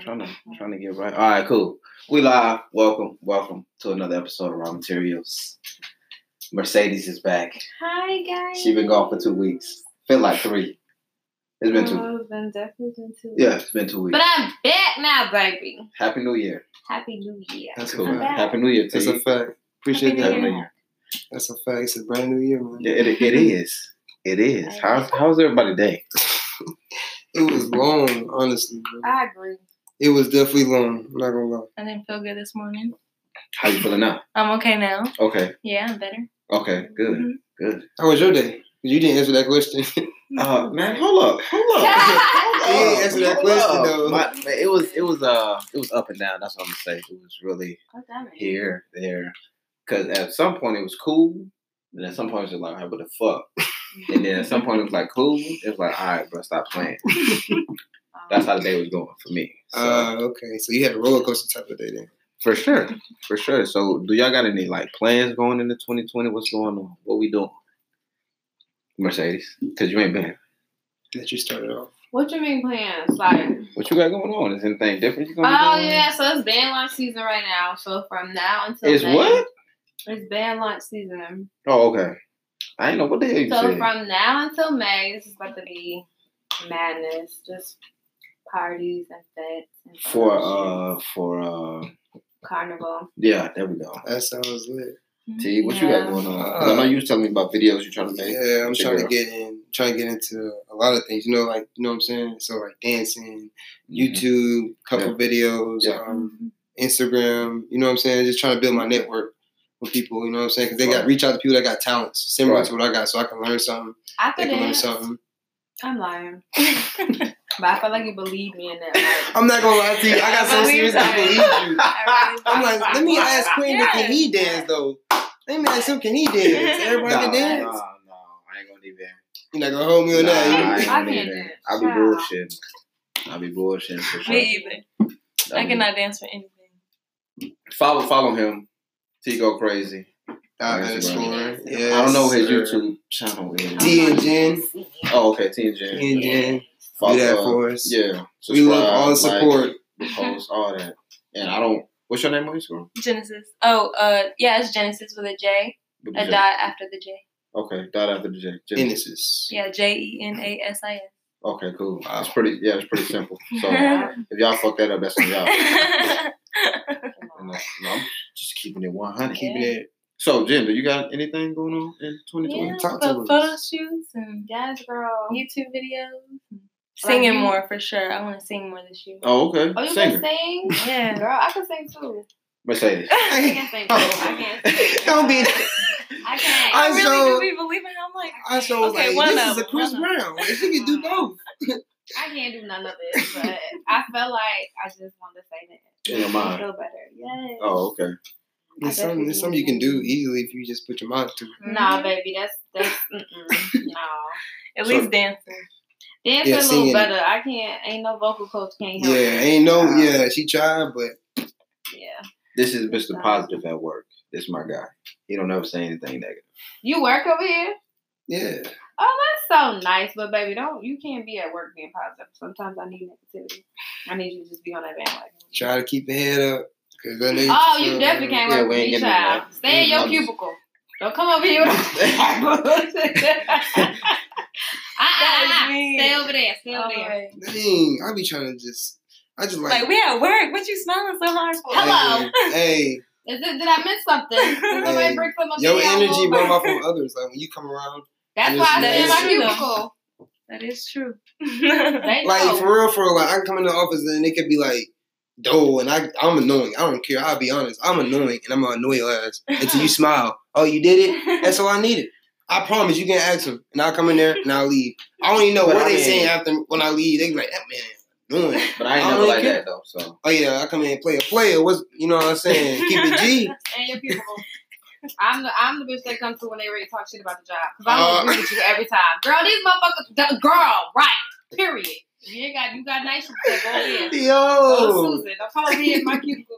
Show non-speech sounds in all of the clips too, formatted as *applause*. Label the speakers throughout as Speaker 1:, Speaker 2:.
Speaker 1: Trying to trying to get right. All right, cool. We live. Welcome, welcome to another episode of Raw Materials. Mercedes is back.
Speaker 2: Hi guys.
Speaker 1: She been gone for two weeks. Feel like three. It's been two.
Speaker 2: Oh, it's been definitely been two.
Speaker 1: Yeah, it's been two weeks.
Speaker 2: But I'm back now, baby.
Speaker 1: Happy New Year.
Speaker 2: Happy New Year.
Speaker 3: That's
Speaker 1: Cool.
Speaker 3: a fact.
Speaker 1: Happy New Year to
Speaker 3: That's a
Speaker 1: you.
Speaker 3: fact. Appreciate
Speaker 2: Happy
Speaker 1: Happy
Speaker 3: that.
Speaker 1: New Year.
Speaker 3: That's a fact. It's a brand new year, man.
Speaker 1: Yeah, it, it is. It is. How's how's everybody day?
Speaker 3: It was long, honestly. Bro.
Speaker 2: I agree.
Speaker 3: It was definitely long. I'm not gonna lie.
Speaker 4: I didn't feel good this morning.
Speaker 1: How you feeling now?
Speaker 4: I'm okay now.
Speaker 1: Okay.
Speaker 4: Yeah, I'm better.
Speaker 1: Okay. Good.
Speaker 4: Mhm.
Speaker 1: Good.
Speaker 3: How was your day? 'Cause You didn't answer that question. *laughs*
Speaker 1: Uh, man, hold up. Hold up. Oh.
Speaker 3: You didn't answer that
Speaker 1: Hold
Speaker 3: question
Speaker 1: up.
Speaker 3: though.
Speaker 1: My- man, it was it was uh it was up and down. That's what I'm gonna say. It was really
Speaker 2: Oh, damn it.
Speaker 1: here, there. Cause at some point it was cool, and at some point it was just like, "All right, what the fuck?
Speaker 2: *laughs*
Speaker 1: And then at some point it was like cool. It was like, all right, bro, stop playing.
Speaker 2: *laughs* Um,
Speaker 1: That's how the day was going for me. So,
Speaker 3: Uh, okay. So you had a roller coaster type of day then.
Speaker 1: for sure, for sure. So do y'all got any like plans going into 2020? What's going on? What we doing? Mercedes, cause you ain't been.
Speaker 3: That you started off.
Speaker 2: what you mean plans? Like
Speaker 1: What you got going on? Is anything different? You gonna be
Speaker 2: Oh
Speaker 1: doing?
Speaker 2: yeah, so it's band launch season right now. So from now until
Speaker 1: It's
Speaker 2: May,
Speaker 1: what?
Speaker 2: It's band launch season.
Speaker 1: Oh okay. I ain't know what the hell you
Speaker 2: So
Speaker 1: said.
Speaker 2: from now until May, it's just about to be madness. Just parties and fets and
Speaker 1: for
Speaker 2: fun
Speaker 1: uh for uh
Speaker 2: shit. carnival.
Speaker 1: yeah there we go
Speaker 3: That sounds lit.
Speaker 1: T what you
Speaker 2: Yeah.
Speaker 1: got going on 'Cause I know you was telling me about videos you're trying to make
Speaker 3: Yeah, I'm
Speaker 1: with your
Speaker 3: trying to
Speaker 1: girl.
Speaker 3: get in, trying to get into a lot of things. You know, like you know what I'm saying. So like dancing, YouTube, couple videos,
Speaker 1: Yeah.
Speaker 3: um,
Speaker 4: Mm-hmm.
Speaker 3: Instagram, you know what I'm saying? Just trying to build my network with people, you know what I'm saying? Because they got reach out to people that got talents similar
Speaker 1: Right.
Speaker 3: to what I got, so I can learn something.
Speaker 2: I
Speaker 3: They
Speaker 2: could
Speaker 3: can learn
Speaker 2: dance.
Speaker 3: something.
Speaker 2: I'm *laughs* lying, but I feel like you believe me in that. Like,
Speaker 3: I'm not gonna lie to you. I got so
Speaker 4: Believe
Speaker 3: serious I
Speaker 4: that.
Speaker 3: believe you.
Speaker 2: *laughs*
Speaker 4: I
Speaker 3: *laughs* I'm like, let me ask Queen, but
Speaker 4: Yeah.
Speaker 3: can he dance though? Let me ask him, can he dance? Everybody
Speaker 1: Nah, nah,
Speaker 3: can dance.
Speaker 1: nah, I ain't gonna do that.
Speaker 3: You're not gonna hold me on
Speaker 1: Nah, I
Speaker 3: that.
Speaker 1: ain't
Speaker 2: I
Speaker 1: gonna do
Speaker 2: can't
Speaker 1: that.
Speaker 2: dance.
Speaker 1: I be
Speaker 2: Nah.
Speaker 1: bullshitting I be bullshitting for sure
Speaker 4: Me either.
Speaker 1: I
Speaker 4: I
Speaker 1: be-
Speaker 4: cannot dance for anything.
Speaker 1: follow follow him T go crazy
Speaker 3: Dot
Speaker 1: Instagram.
Speaker 3: underscore.
Speaker 1: I don't know his
Speaker 3: yes, sir.
Speaker 1: YouTube channel is
Speaker 3: T and Jen.
Speaker 1: oh okay T and Jen
Speaker 3: T and Jen.
Speaker 1: follow
Speaker 3: Do that
Speaker 1: uh,
Speaker 3: for us.
Speaker 1: yeah
Speaker 3: We love all the
Speaker 1: subscribe,
Speaker 3: support.
Speaker 1: like, post all that and I don't what's your name on Instagram
Speaker 4: Genesis. Oh, uh, yeah, it's Genesis with a J, a dot after the J.
Speaker 1: okay dot after the J Genesis.
Speaker 3: Innocence.
Speaker 4: Yeah, J E N A S I
Speaker 1: Okay, cool.
Speaker 3: Wow.
Speaker 1: It's pretty. Yeah, it's pretty simple.
Speaker 4: *laughs*
Speaker 1: So if
Speaker 4: S.
Speaker 1: y'all fuck that up, that's on
Speaker 4: *laughs*
Speaker 1: y'all. You know, no, I'm just keeping it one hundred.
Speaker 3: Keeping it.
Speaker 1: So Jim, do you got anything going on in twenty twenty?
Speaker 4: Yeah,
Speaker 3: Talk to
Speaker 4: but
Speaker 3: us.
Speaker 4: photo shoots and
Speaker 2: Yes, girl.
Speaker 4: YouTube videos. Singing
Speaker 2: you-
Speaker 4: more for sure. I want to sing more this year.
Speaker 1: Oh, okay.
Speaker 2: Oh, you
Speaker 1: Singer,
Speaker 2: can sing?
Speaker 4: Yeah.
Speaker 2: Girl, I can sing too.
Speaker 1: Mercedes.
Speaker 2: I
Speaker 3: *laughs*
Speaker 2: can sing. I can sing.
Speaker 3: Don't be. *laughs*
Speaker 2: I can.
Speaker 4: I
Speaker 3: I
Speaker 4: really
Speaker 3: showed-
Speaker 4: do be believing. it. I'm like,
Speaker 3: I so was
Speaker 4: Okay,
Speaker 3: like,
Speaker 4: one
Speaker 3: this
Speaker 4: of
Speaker 3: is a
Speaker 4: them,
Speaker 3: Chris
Speaker 4: one
Speaker 3: Brown. If she
Speaker 4: *laughs*
Speaker 3: could do both.
Speaker 2: I can't do none of it, but I felt like I just wanted to say that.
Speaker 1: In your
Speaker 2: *laughs*
Speaker 1: mind.
Speaker 2: Feel better. Yes.
Speaker 1: Oh, okay.
Speaker 2: I
Speaker 3: There's
Speaker 2: bet
Speaker 3: something,
Speaker 2: you
Speaker 3: there's
Speaker 2: do.
Speaker 3: something you can do easily if you just put your mind to it.
Speaker 2: Nah, baby, that's that's mm-mm.
Speaker 3: *laughs*
Speaker 2: no.
Speaker 4: at
Speaker 1: So-
Speaker 4: least dancing.
Speaker 2: Dance
Speaker 3: Yeah,
Speaker 2: a little
Speaker 3: singing.
Speaker 2: better. I can't. Ain't no vocal coach can't
Speaker 3: Yeah,
Speaker 2: help. me.
Speaker 3: ain't no, yeah, she tried, but
Speaker 2: Yeah.
Speaker 1: This is Mister Positive at work. This is my guy. He don't ever say anything negative.
Speaker 2: You work over here.
Speaker 3: yeah.
Speaker 2: Oh, that's so nice, but baby, don't you can't be at work being positive. Sometimes I need negativity. I need you to just be on that bandwagon.
Speaker 3: Try to keep your head up. Cause that nigga,
Speaker 2: Oh, you definitely can't
Speaker 1: Yeah,
Speaker 2: work
Speaker 1: we
Speaker 2: with
Speaker 1: ain't
Speaker 2: me,
Speaker 1: getting into
Speaker 2: child. Stay in your
Speaker 1: Mm,
Speaker 3: Mm-hmm.
Speaker 1: I'm-
Speaker 2: cubicle. Don't come over here
Speaker 3: *laughs*
Speaker 2: with that.
Speaker 4: That
Speaker 2: Ah,
Speaker 4: is me.
Speaker 2: Stay over there. Stay over there.
Speaker 4: Alright.
Speaker 3: Dang, I be trying to just, I just like,
Speaker 4: Like we at work. What you smiling so hard for?
Speaker 2: Hello. *laughs*
Speaker 3: Hey,
Speaker 2: Is it, did I miss
Speaker 3: *laughs*
Speaker 2: something? Did somebody
Speaker 3: Hey,
Speaker 2: bring some up
Speaker 3: hey
Speaker 2: in
Speaker 3: your
Speaker 2: y'all
Speaker 3: energy
Speaker 2: room?
Speaker 3: rub off on others. Like when you come around,
Speaker 2: *laughs* That's
Speaker 3: That
Speaker 2: why I
Speaker 3: is
Speaker 2: stay in my
Speaker 3: nice.
Speaker 2: cubicle.
Speaker 4: That is true. *laughs*
Speaker 2: They
Speaker 3: like
Speaker 2: know.
Speaker 3: for real, for real, like I can come in the office and it could be like, dull, and I, I'm annoying. I don't care. I'll be honest. I'm annoying, and I'm gonna annoy your ass until
Speaker 2: *laughs*
Speaker 3: you smile. Oh, you did it. That's all I needed. I promise you can ask them, and I'll come in there and I'll leave. I don't even know
Speaker 1: But
Speaker 3: what
Speaker 1: I
Speaker 3: they
Speaker 1: mean-
Speaker 3: saying after when I leave. They be like, that man, doing. it."
Speaker 1: But I ain't
Speaker 3: I
Speaker 1: never
Speaker 3: don't
Speaker 1: like
Speaker 3: care.
Speaker 1: that though. So
Speaker 3: Oh yeah, I come in and play a player. What's you know what
Speaker 2: *laughs*
Speaker 3: I'm saying? Keep it G.
Speaker 2: In your cubicle. I'm the I'm the bitch they come to when they ready to talk shit about the job because I'm gonna
Speaker 3: Uh.
Speaker 2: agree with you every time, girl. These motherfuckers, the girl, right? Period. If You ain't got you got nice shit. to say, Go in. Oh,
Speaker 3: Yo,
Speaker 2: Susan, don't come over here in my
Speaker 1: *laughs*
Speaker 2: cubicle.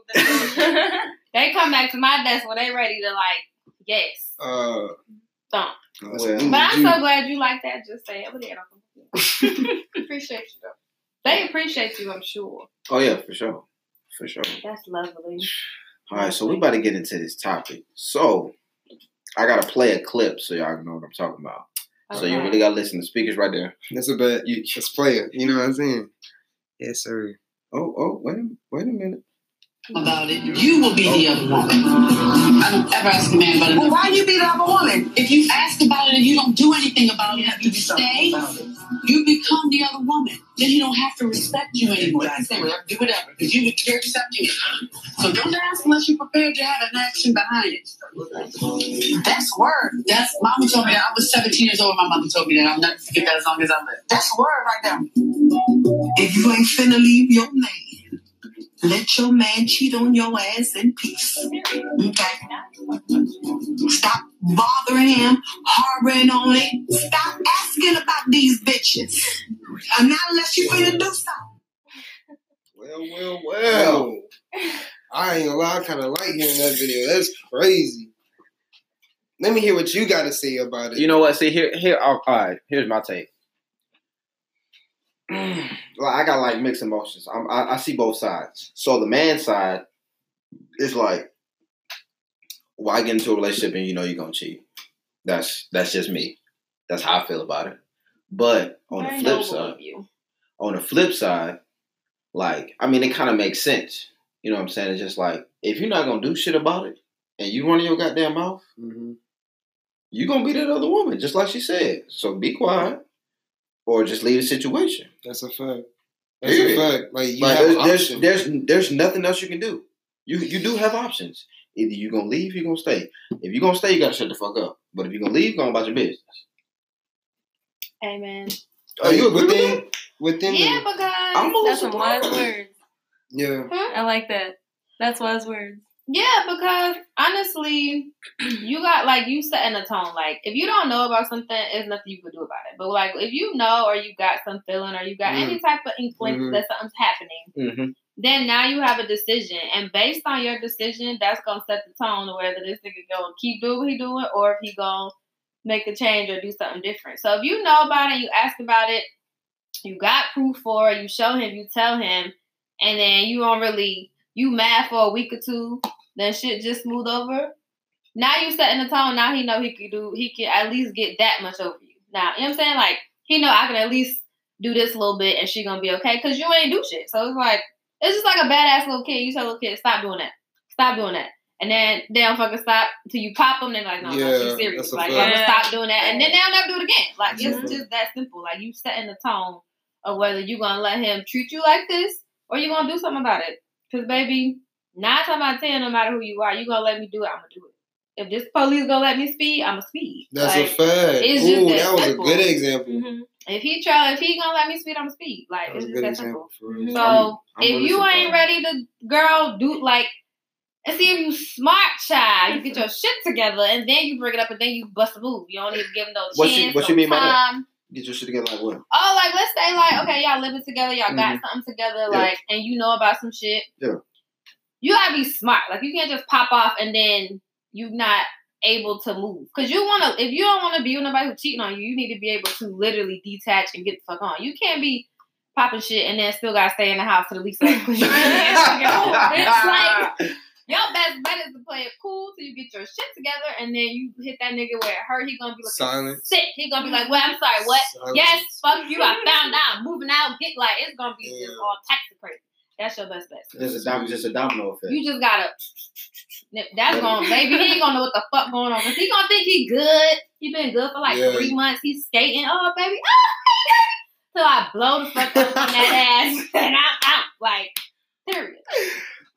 Speaker 2: they come back to my desk when they ready to like, yes,
Speaker 3: uh,
Speaker 2: thump.
Speaker 3: that's
Speaker 1: Well.
Speaker 3: what
Speaker 2: But I'm
Speaker 1: *laughs*
Speaker 3: you
Speaker 2: so glad you like that. Just say over there. don't come over here. Appreciate you though. They appreciate you, I'm sure.
Speaker 1: Oh yeah, for sure, for sure.
Speaker 4: That's lovely.
Speaker 1: All right, so we about to get into this topic. So I gotta play a clip so y'all know what I'm talking about. So you
Speaker 4: Okay.
Speaker 1: really gotta listen. The speakers right there.
Speaker 3: That's a bad you just player. You know what I'm saying? Yes, sir.
Speaker 1: Oh, oh, wait, a- wait a minute.
Speaker 5: about it, you will be the other woman. I don't ever ask a man about it. Well, why you be the other woman? If you ask about it and you don't do anything about it, you stay, you become the other woman. Then you don't have to respect you anymore. You can say whatever, do whatever, because you you're accepting it. So don't ask unless you're prepared to have an action behind it. That's word. That's mama told me that I was 17 years old. My mama told me that I'm not forget that as long as I live. That's word right there. If you ain't finna leave your man. Let your man cheat on your ass in peace. Okay? Stop bothering him, harboring on it. Stop asking about these bitches. Uh, Not unless you're gonna do something.
Speaker 3: Well, well, well. I ain't gonna lie, I kinda like hearing that video. That's crazy. Let me hear what you gotta say about it.
Speaker 1: You know what? See here, here. oh, All all right, here's my take. *clears throat* like I got like mixed emotions. I'm, I, I see both sides. So the man side is like, why get into a relationship and you know you're gonna cheat? That's that's just me. That's how I feel about it. But on the
Speaker 2: Very
Speaker 1: flip
Speaker 2: noble
Speaker 1: side,
Speaker 2: of you.
Speaker 1: on the flip side, like, I mean, it kind of makes sense. You know what I'm saying? It's just like, if you're not going to do shit about it and you running your goddamn mouth,
Speaker 3: Mhm.
Speaker 1: you're going to be that other woman, just like she said. So be quiet or just leave the situation.
Speaker 3: That's a fact. That's
Speaker 1: Period.
Speaker 3: a fact. Like you
Speaker 1: Like,
Speaker 3: have
Speaker 1: there's,
Speaker 3: options.
Speaker 1: there's, there's, there's nothing else you can do. You, you do have options. Either you're going to leave, you're going to stay. If you're going to stay, you got to shut the fuck up. But if you're going to leave, go on about your business.
Speaker 4: Amen.
Speaker 1: Oh, you agree with
Speaker 3: within,
Speaker 1: that?
Speaker 3: Within
Speaker 2: Yeah,
Speaker 3: the,
Speaker 2: because
Speaker 1: I'm a
Speaker 4: That's
Speaker 1: little
Speaker 4: some wise
Speaker 1: surprised.
Speaker 4: words.
Speaker 3: yeah.
Speaker 4: I like that. That's wise words.
Speaker 2: yeah, because honestly, *clears throat* you got like you setting a tone. Like if you don't know about something, there's nothing you can do about it. But like if you know or you got some feeling or you got
Speaker 3: Mm.
Speaker 2: any type of inkling
Speaker 3: Mhm.
Speaker 2: that something's happening,
Speaker 1: Mm-hmm.
Speaker 2: then now you have a decision, and based on your decision, that's gonna set the tone of whether this nigga gonna keep doing what he doing or if he gonna make a change or do something different. So if you know about it, you ask about it, you got proof for it, you show him, you tell him, and then you don't really you mad for a week or two, then shit just smooth over. Now you setting the tone. Now he know he can do. He can at least get that much over you. Now you know what I'm saying. Like he know I can at least do this little bit, and she gonna be okay because you ain't do shit. So it's like it's just like a badass little kid. You tell little kid stop doing that, stop doing that, and then they don't fucking stop till you pop them. They're like, no, no,
Speaker 3: Yeah,
Speaker 2: she's serious.
Speaker 3: that's a
Speaker 2: Like
Speaker 3: fact.
Speaker 2: I'm gonna stop doing that, and then they'll never do it again. Like
Speaker 3: That's a
Speaker 2: it's
Speaker 1: Mm-hmm.
Speaker 3: fact.
Speaker 2: just that simple. Like you setting the tone of whether you gonna let him treat you like this or you gonna do something about it. Cause baby, nine times out of ten, no matter who you are, you gonna let me do it. I'm gonna do it. If this police gonna let me speed, I'm gonna speed.
Speaker 3: That's a
Speaker 2: like,
Speaker 3: fact.
Speaker 2: it's just
Speaker 3: Ooh,
Speaker 2: that
Speaker 3: that was
Speaker 2: simple.
Speaker 3: a good example.
Speaker 4: Mm-hmm.
Speaker 2: if he try, if he gonna let me speed, I'm gonna speed. Like
Speaker 3: That was
Speaker 2: it's
Speaker 3: a
Speaker 2: just
Speaker 3: good
Speaker 2: that simple.
Speaker 3: example. for real.
Speaker 2: So
Speaker 1: I'm
Speaker 2: if
Speaker 1: really
Speaker 2: you
Speaker 1: surprised.
Speaker 2: ain't ready to, girl, do like. And see if you smart child, you get your shit together, and then you bring it up, and then you bust a move. You don't even give them no
Speaker 1: What you-
Speaker 2: chance.
Speaker 1: what you
Speaker 2: no
Speaker 1: mean by that?
Speaker 2: time.
Speaker 1: Get your shit together like what?
Speaker 2: oh, like let's say like okay, y'all living together, y'all got something together,
Speaker 1: Mm-hmm. Yeah.
Speaker 2: like and you know about some shit.
Speaker 1: Yeah.
Speaker 2: You gotta be smart. Like you can't just pop off and then you not able to move. Cause you wanna if you don't wanna be with nobody who's cheating on you, you need to be able to literally detach and get the fuck on. You can't be popping shit and then still gotta stay in the house to the week's up.
Speaker 1: *laughs*
Speaker 2: 'cause you can't fucking move. It's like your best bet is to play it cool till you get your shit together and then you hit that nigga where it hurt, he gonna be looking
Speaker 3: Silent.
Speaker 2: sick. He gonna be like, Well, I'm sorry, what?
Speaker 3: Silent.
Speaker 2: Yes, fuck you. I
Speaker 3: *laughs*
Speaker 2: found out. Moving out, get like it's gonna be
Speaker 3: Yeah.
Speaker 2: just all types of crazy. That's your best bet.
Speaker 1: Just a, dom- just a domino effect.
Speaker 2: You just gotta. That's gonna baby. He ain't gonna know what the fuck going on. 'Cause He gonna think he good. He been good for like
Speaker 3: Yeah.
Speaker 2: three months. He's skating. Oh baby. Oh, Till I blow the fuck up on
Speaker 3: *laughs*
Speaker 2: that ass and I'm out. Like serious.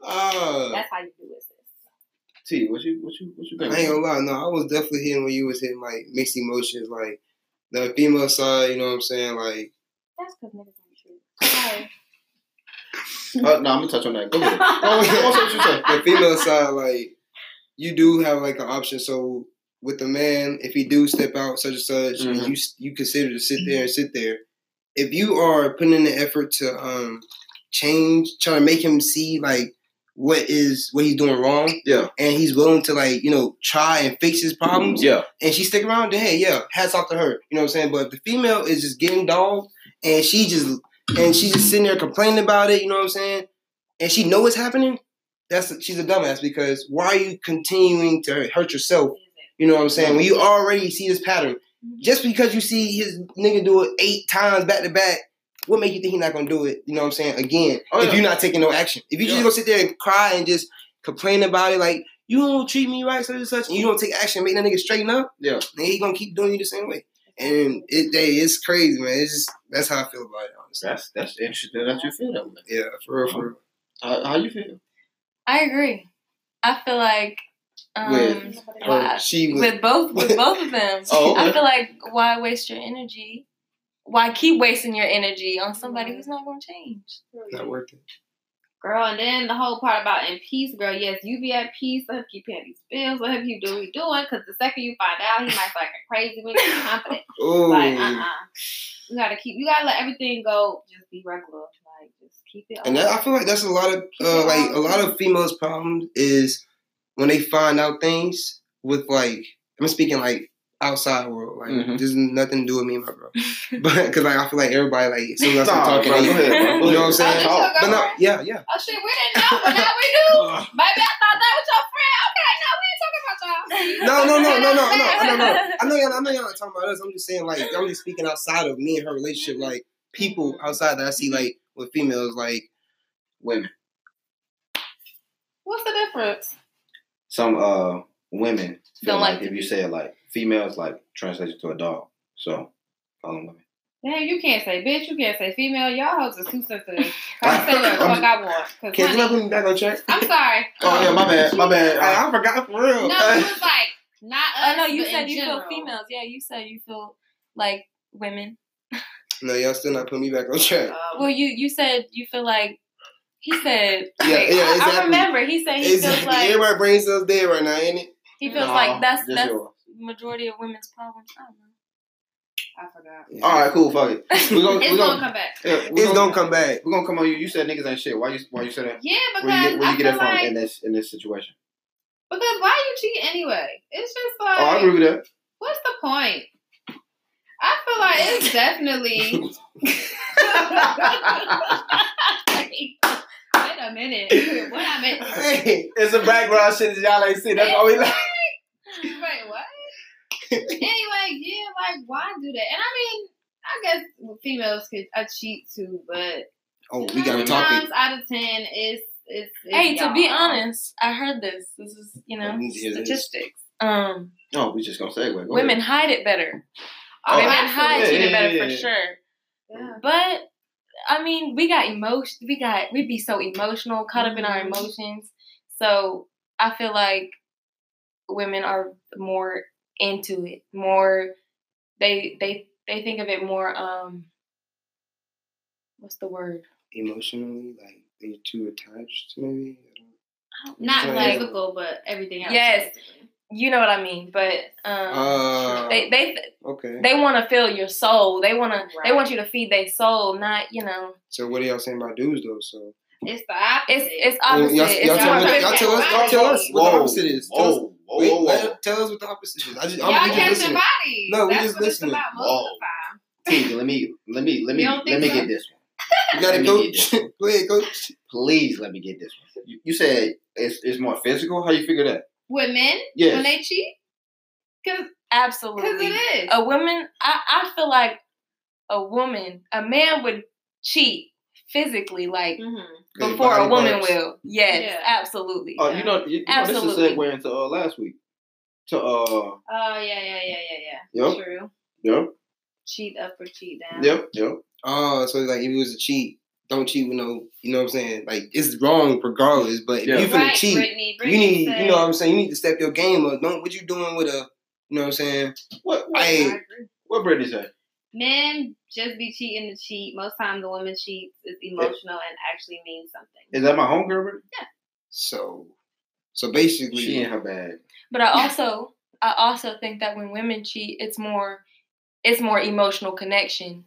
Speaker 3: Ah,
Speaker 2: That's how you do it. sis.
Speaker 1: T, what you what you what you think?
Speaker 3: I ain't gonna lie. No, I was definitely hitting when you was hitting like mixed emotions, like the female side. You know what I'm saying? Like
Speaker 2: That's because niggas ain't shit. Sorry.
Speaker 1: Uh, no, I'm gonna touch on that. *laughs* Go ahead. No, what's, what's what you say?
Speaker 3: the female side, like you do have like an option. So with the man, if he do step out such and such, and
Speaker 1: Mhm.
Speaker 3: you you consider to sit there and sit there. If you are putting in the effort to um change, trying to make him see like what is what he's doing wrong,
Speaker 1: Yeah,
Speaker 3: and he's willing to like you know try and fix his problems
Speaker 1: yeah.
Speaker 3: and she stick around then hey yeah hats off to her you know what i'm saying but if the female is just getting dogged and she just and she's just sitting there complaining about it. You know what I'm saying? And she know what's happening. That's she's a dumbass because why are you continuing to hurt yourself? You know what I'm saying? When you already see this pattern, just because you see his nigga do it eight times back to back, what make you think he's not gonna do it? You know what I'm saying? Again,
Speaker 1: Oh,
Speaker 3: if
Speaker 1: yeah.
Speaker 3: you're not taking no action, if you
Speaker 1: Yeah.
Speaker 3: just gonna sit there and cry and just complain about it, like you don't treat me right, such and such, and you don't take action, make that nigga straighten up,
Speaker 1: Yeah.
Speaker 3: then he gonna keep doing you the same way. And it, they, it's crazy, man. It's just that's how I feel about it, honestly.
Speaker 1: That's that's interesting that you feel that way.
Speaker 3: Yeah, for real, for real.
Speaker 1: How, how you feel?
Speaker 4: I agree. I feel like um,
Speaker 3: With
Speaker 4: why-
Speaker 3: Her- she was
Speaker 4: with both with both of them.
Speaker 1: Oh, okay.
Speaker 4: I feel like why waste your energy? Why keep wasting your energy on somebody who's not going to change?
Speaker 3: not working.
Speaker 2: Girl, and then the whole part about in peace, girl. Yes, you be at peace. Let him keep paying these bills. Let him keep doing what he doing. Because the second you find out, he might start acting crazy when
Speaker 3: *laughs*
Speaker 2: he's confident.
Speaker 3: Oh,
Speaker 2: Like, uh, uh You gotta keep. You gotta let everything go. Just be regular. Like, just keep it.
Speaker 3: and that,
Speaker 2: all-
Speaker 3: I feel like that's a lot of uh, like a lot of females' problems is when they find out things with like I'm speaking like outside world, like
Speaker 1: Mhm.
Speaker 3: there's nothing to do with me and my bro, but because like I feel like everybody like as soon as I'm talking,
Speaker 1: bro, go
Speaker 3: they-
Speaker 1: ahead, bro.
Speaker 3: you know what I'm
Speaker 2: Oh,
Speaker 3: saying?
Speaker 2: that's your
Speaker 3: but no,
Speaker 2: girlfriend?
Speaker 3: yeah, yeah.
Speaker 2: Oh shit, we didn't know, but now we do. Baby, I thought that was your friend. Okay, no, we ain't talking about y'all.
Speaker 3: No, no, no, no, no, no, no, no.
Speaker 4: *laughs*
Speaker 3: I know y'all. I know y'all not talking about us. I'm just saying, like, I'm just speaking outside of me and her relationship. Like, people outside that I see, like, with females, like,
Speaker 1: Women.
Speaker 2: *laughs* What's the difference?
Speaker 1: Some uh women feel
Speaker 4: Don't
Speaker 1: like,
Speaker 4: like to
Speaker 1: if you
Speaker 4: be-
Speaker 1: say it like females like translates to a dog. So call them women.
Speaker 2: Damn, you can't say bitch. You can't say female. Y'all hoes are too
Speaker 3: *laughs*
Speaker 2: sensitive. I say whatever the fuck I want. 'cause
Speaker 3: can you
Speaker 2: honey,
Speaker 3: not put me back on track?
Speaker 2: I'm sorry.
Speaker 1: Oh yeah, my bad, my bad.
Speaker 3: I, I forgot for
Speaker 2: No, it
Speaker 3: real.
Speaker 2: was like not us.
Speaker 4: Oh no, you
Speaker 2: but
Speaker 4: said
Speaker 2: in
Speaker 4: you
Speaker 2: general.
Speaker 4: feel females. Yeah, you said you feel like women.
Speaker 3: *laughs* No, y'all still not putting me back on track.
Speaker 2: Um,
Speaker 4: Well, you you said you feel like he said.
Speaker 3: Yeah, yeah,
Speaker 4: wait, I- I,
Speaker 3: exactly.
Speaker 4: remember he said he
Speaker 3: Exactly.
Speaker 4: feels like
Speaker 3: Everybody brain cells dead right now, ain't it?
Speaker 4: he feels
Speaker 1: Nah,
Speaker 4: like that's
Speaker 1: just
Speaker 4: that's
Speaker 1: yours.
Speaker 4: majority of women's problems. I don't know.
Speaker 2: I forgot.
Speaker 1: All right, cool. Fuck it. We gonna,
Speaker 2: It's
Speaker 1: we
Speaker 2: gonna
Speaker 1: gonna,
Speaker 2: come back.
Speaker 1: yeah, we
Speaker 3: Oh, It's gonna come back.
Speaker 1: We're gonna come on you. You said niggas ain't shit. Why you why you say that?
Speaker 2: Yeah, because
Speaker 1: Where you get, where you
Speaker 2: I
Speaker 1: get
Speaker 2: feel
Speaker 1: that from
Speaker 2: like
Speaker 1: in this in this situation?
Speaker 2: because why you cheat anyway? It's just
Speaker 1: Oh,
Speaker 2: like
Speaker 1: I agree with that.
Speaker 2: what's the point? I feel like
Speaker 1: *laughs*
Speaker 2: it's definitely. *laughs* Wait a minute. What I meant.
Speaker 3: Hey,
Speaker 1: *laughs* It's a background shit that y'all ain't see.
Speaker 2: That's all
Speaker 1: we like.
Speaker 2: *laughs* Wait, what? anyway, yeah, like why do that? And I mean, I guess females could uh, cheat too, but
Speaker 3: *laughs* oh, we got a
Speaker 2: nine
Speaker 3: topic.
Speaker 2: times out of ten, it's it's. it's
Speaker 4: Hey, to be
Speaker 2: y'all.
Speaker 4: honest, I heard this. This is you know
Speaker 3: Oh, yes, it is.
Speaker 4: statistics. Um,
Speaker 1: No, we just gonna segue. Go
Speaker 4: women
Speaker 1: ahead.
Speaker 4: hide it better.
Speaker 2: Oh,
Speaker 4: women
Speaker 2: absolutely.
Speaker 4: hide
Speaker 1: Yeah,
Speaker 4: it
Speaker 1: yeah,
Speaker 4: better
Speaker 1: yeah,
Speaker 4: for
Speaker 1: yeah.
Speaker 4: sure.
Speaker 2: Yeah.
Speaker 4: But I mean, we got emotion. We got we'd be so emotional, caught up in our emotions. So I feel like women are more into it. More they they they think of it more. Um, what's the word?
Speaker 3: Emotionally, like they're too attached, maybe.
Speaker 2: Not
Speaker 3: Yeah.
Speaker 2: physical, but everything else.
Speaker 4: Yes. You know what I mean. But um,
Speaker 3: Uh,
Speaker 4: they they
Speaker 3: okay.
Speaker 4: they want to feel your soul. They want to. They
Speaker 2: Right.
Speaker 4: want you to feed their soul, not you know.
Speaker 3: So what are y'all saying about dudes though? So
Speaker 2: It's the opposite.
Speaker 4: It's it's opposite.
Speaker 3: y'all,
Speaker 4: it's
Speaker 3: y'all, tell
Speaker 2: not
Speaker 4: more
Speaker 3: us, y'all
Speaker 4: perfect.
Speaker 3: tell us. Y'all tell us what the opposite is. Tell us,
Speaker 1: Whoa, whoa,
Speaker 3: wait,
Speaker 1: whoa, whoa.
Speaker 3: let- tell us what the opposite is. Oh, I just,
Speaker 2: y'all
Speaker 3: I'm we just
Speaker 2: catching
Speaker 3: listening.
Speaker 2: bodies.
Speaker 3: No, we
Speaker 2: That's
Speaker 3: just
Speaker 2: what it's
Speaker 3: listening.
Speaker 2: about most
Speaker 1: Whoa.
Speaker 2: of the time.
Speaker 1: Teague, let me let me let me
Speaker 2: You don't
Speaker 1: let me
Speaker 2: think so?
Speaker 1: get this one.
Speaker 3: You got it,
Speaker 1: We
Speaker 3: coach. *laughs* Go ahead, coach.
Speaker 1: Please let me get this one. You, you said it's it's more physical. How you figure that?
Speaker 2: Women when
Speaker 1: Yes.
Speaker 2: they cheat, because
Speaker 4: Absolutely.
Speaker 2: it is.
Speaker 4: a woman I, I feel like a woman a man would cheat physically like
Speaker 2: Mhm.
Speaker 3: Good
Speaker 4: before a
Speaker 3: body
Speaker 4: woman
Speaker 3: parts. Uh,
Speaker 4: will yes
Speaker 2: Yeah.
Speaker 4: absolutely
Speaker 1: Oh, you know, you, you know this is a
Speaker 4: Absolutely.
Speaker 1: segue into uh, last week. To uh,
Speaker 2: Oh yeah, yeah, yeah, yeah, yeah.
Speaker 1: Yep.
Speaker 2: True.
Speaker 1: yep,
Speaker 2: Cheat up or cheat down.
Speaker 1: yep, yep.
Speaker 3: Oh, so like if it was a cheat, don't cheat with no. You know what I'm saying? Like it's wrong regardless. But if
Speaker 1: Yeah.
Speaker 3: you finna
Speaker 2: Right,
Speaker 3: cheat,
Speaker 2: Brittany,
Speaker 3: you
Speaker 2: Brittany
Speaker 3: need,
Speaker 2: said-
Speaker 3: you know what I'm saying? You need to step your game up. Don't what you doing with a, you know what I'm saying?
Speaker 1: What what,
Speaker 2: I
Speaker 3: Hey,
Speaker 2: agree.
Speaker 1: what Brittany say?
Speaker 2: Men just be cheating to cheat. Most times the woman cheats is emotional and actually means something.
Speaker 1: Is that my homegirl? Brittany?
Speaker 3: so, so basically,
Speaker 1: She in her bag.
Speaker 4: but I also I also think that when women cheat it's more it's more emotional connection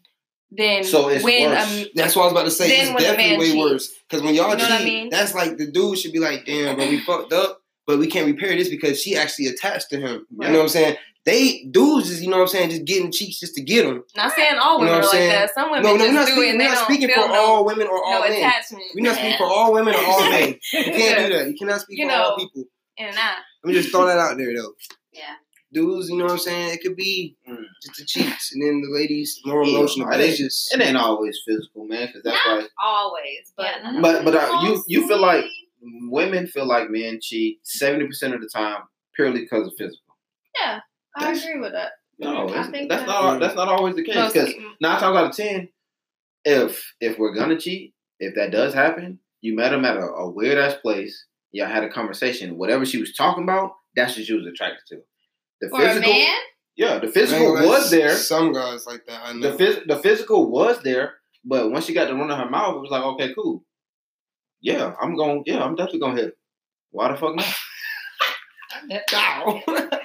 Speaker 4: than
Speaker 1: So it's
Speaker 4: when
Speaker 1: worse.
Speaker 4: Um,
Speaker 3: that's what I was about to say.
Speaker 4: Then
Speaker 3: It's
Speaker 4: when a
Speaker 3: definitely
Speaker 4: man
Speaker 3: way
Speaker 4: cheats.
Speaker 3: worse because when y'all
Speaker 4: You know what I
Speaker 3: cheat,
Speaker 4: mean?
Speaker 3: that's like the dude should be like, damn, but we fucked up. but we can't repair this because she actually attached to him.
Speaker 1: Right.
Speaker 3: You know what I'm saying? They dudes is you know what I'm saying, just getting cheeks just to get them.
Speaker 4: Not saying all
Speaker 3: You know what
Speaker 4: women are
Speaker 3: I'm
Speaker 4: like
Speaker 3: saying?
Speaker 4: that. Some women
Speaker 3: No, no,
Speaker 4: just
Speaker 3: we're not
Speaker 4: do it
Speaker 3: speaking, we're
Speaker 4: and they
Speaker 3: not
Speaker 4: don't
Speaker 3: speaking for
Speaker 4: feel no,
Speaker 3: all women or all
Speaker 4: no
Speaker 3: men.
Speaker 4: attachment.
Speaker 3: We're not speaking for all women or all men.
Speaker 2: *laughs*
Speaker 3: You can't
Speaker 4: *laughs*
Speaker 3: do that. You cannot speak
Speaker 4: You
Speaker 3: for
Speaker 4: know.
Speaker 3: all people.
Speaker 4: In and out.
Speaker 3: Let me just throw that out there though.
Speaker 2: Yeah.
Speaker 3: Dudes, you know what I'm saying? It could be
Speaker 1: Mm.
Speaker 3: just the cheeks, and then the ladies more
Speaker 1: Yeah,
Speaker 3: emotional.
Speaker 1: I
Speaker 3: But it's
Speaker 1: didn't-
Speaker 3: just
Speaker 1: It ain't always physical, man, because that's why
Speaker 2: Always, but
Speaker 4: Yeah.
Speaker 1: But- but, uh, you- you feel like- women feel like men cheat seventy percent of the time purely because of physical.
Speaker 2: yeah, I agree with that.
Speaker 1: No,
Speaker 2: I
Speaker 1: it's-
Speaker 2: think
Speaker 1: that's
Speaker 2: that-
Speaker 1: not that's not always the case. Because
Speaker 4: Mostly.
Speaker 1: nine times out of ten, if if we're gonna cheat, if that does happen, you met him at a, a weird ass place. Y'all had a conversation. Whatever she was talking about, that's what she was attracted to. The
Speaker 2: For a
Speaker 1: physical,
Speaker 2: man,
Speaker 1: yeah, the physical
Speaker 3: I ain't gonna
Speaker 1: was
Speaker 3: lie,
Speaker 1: there.
Speaker 3: Some guys like that. I know.
Speaker 1: The phys- the physical was there, but once she got to run of her mouth, it was like, okay, cool. Yeah, I'm going. Yeah, I'm definitely gonna hit. her. Why the fuck not?
Speaker 2: *laughs* I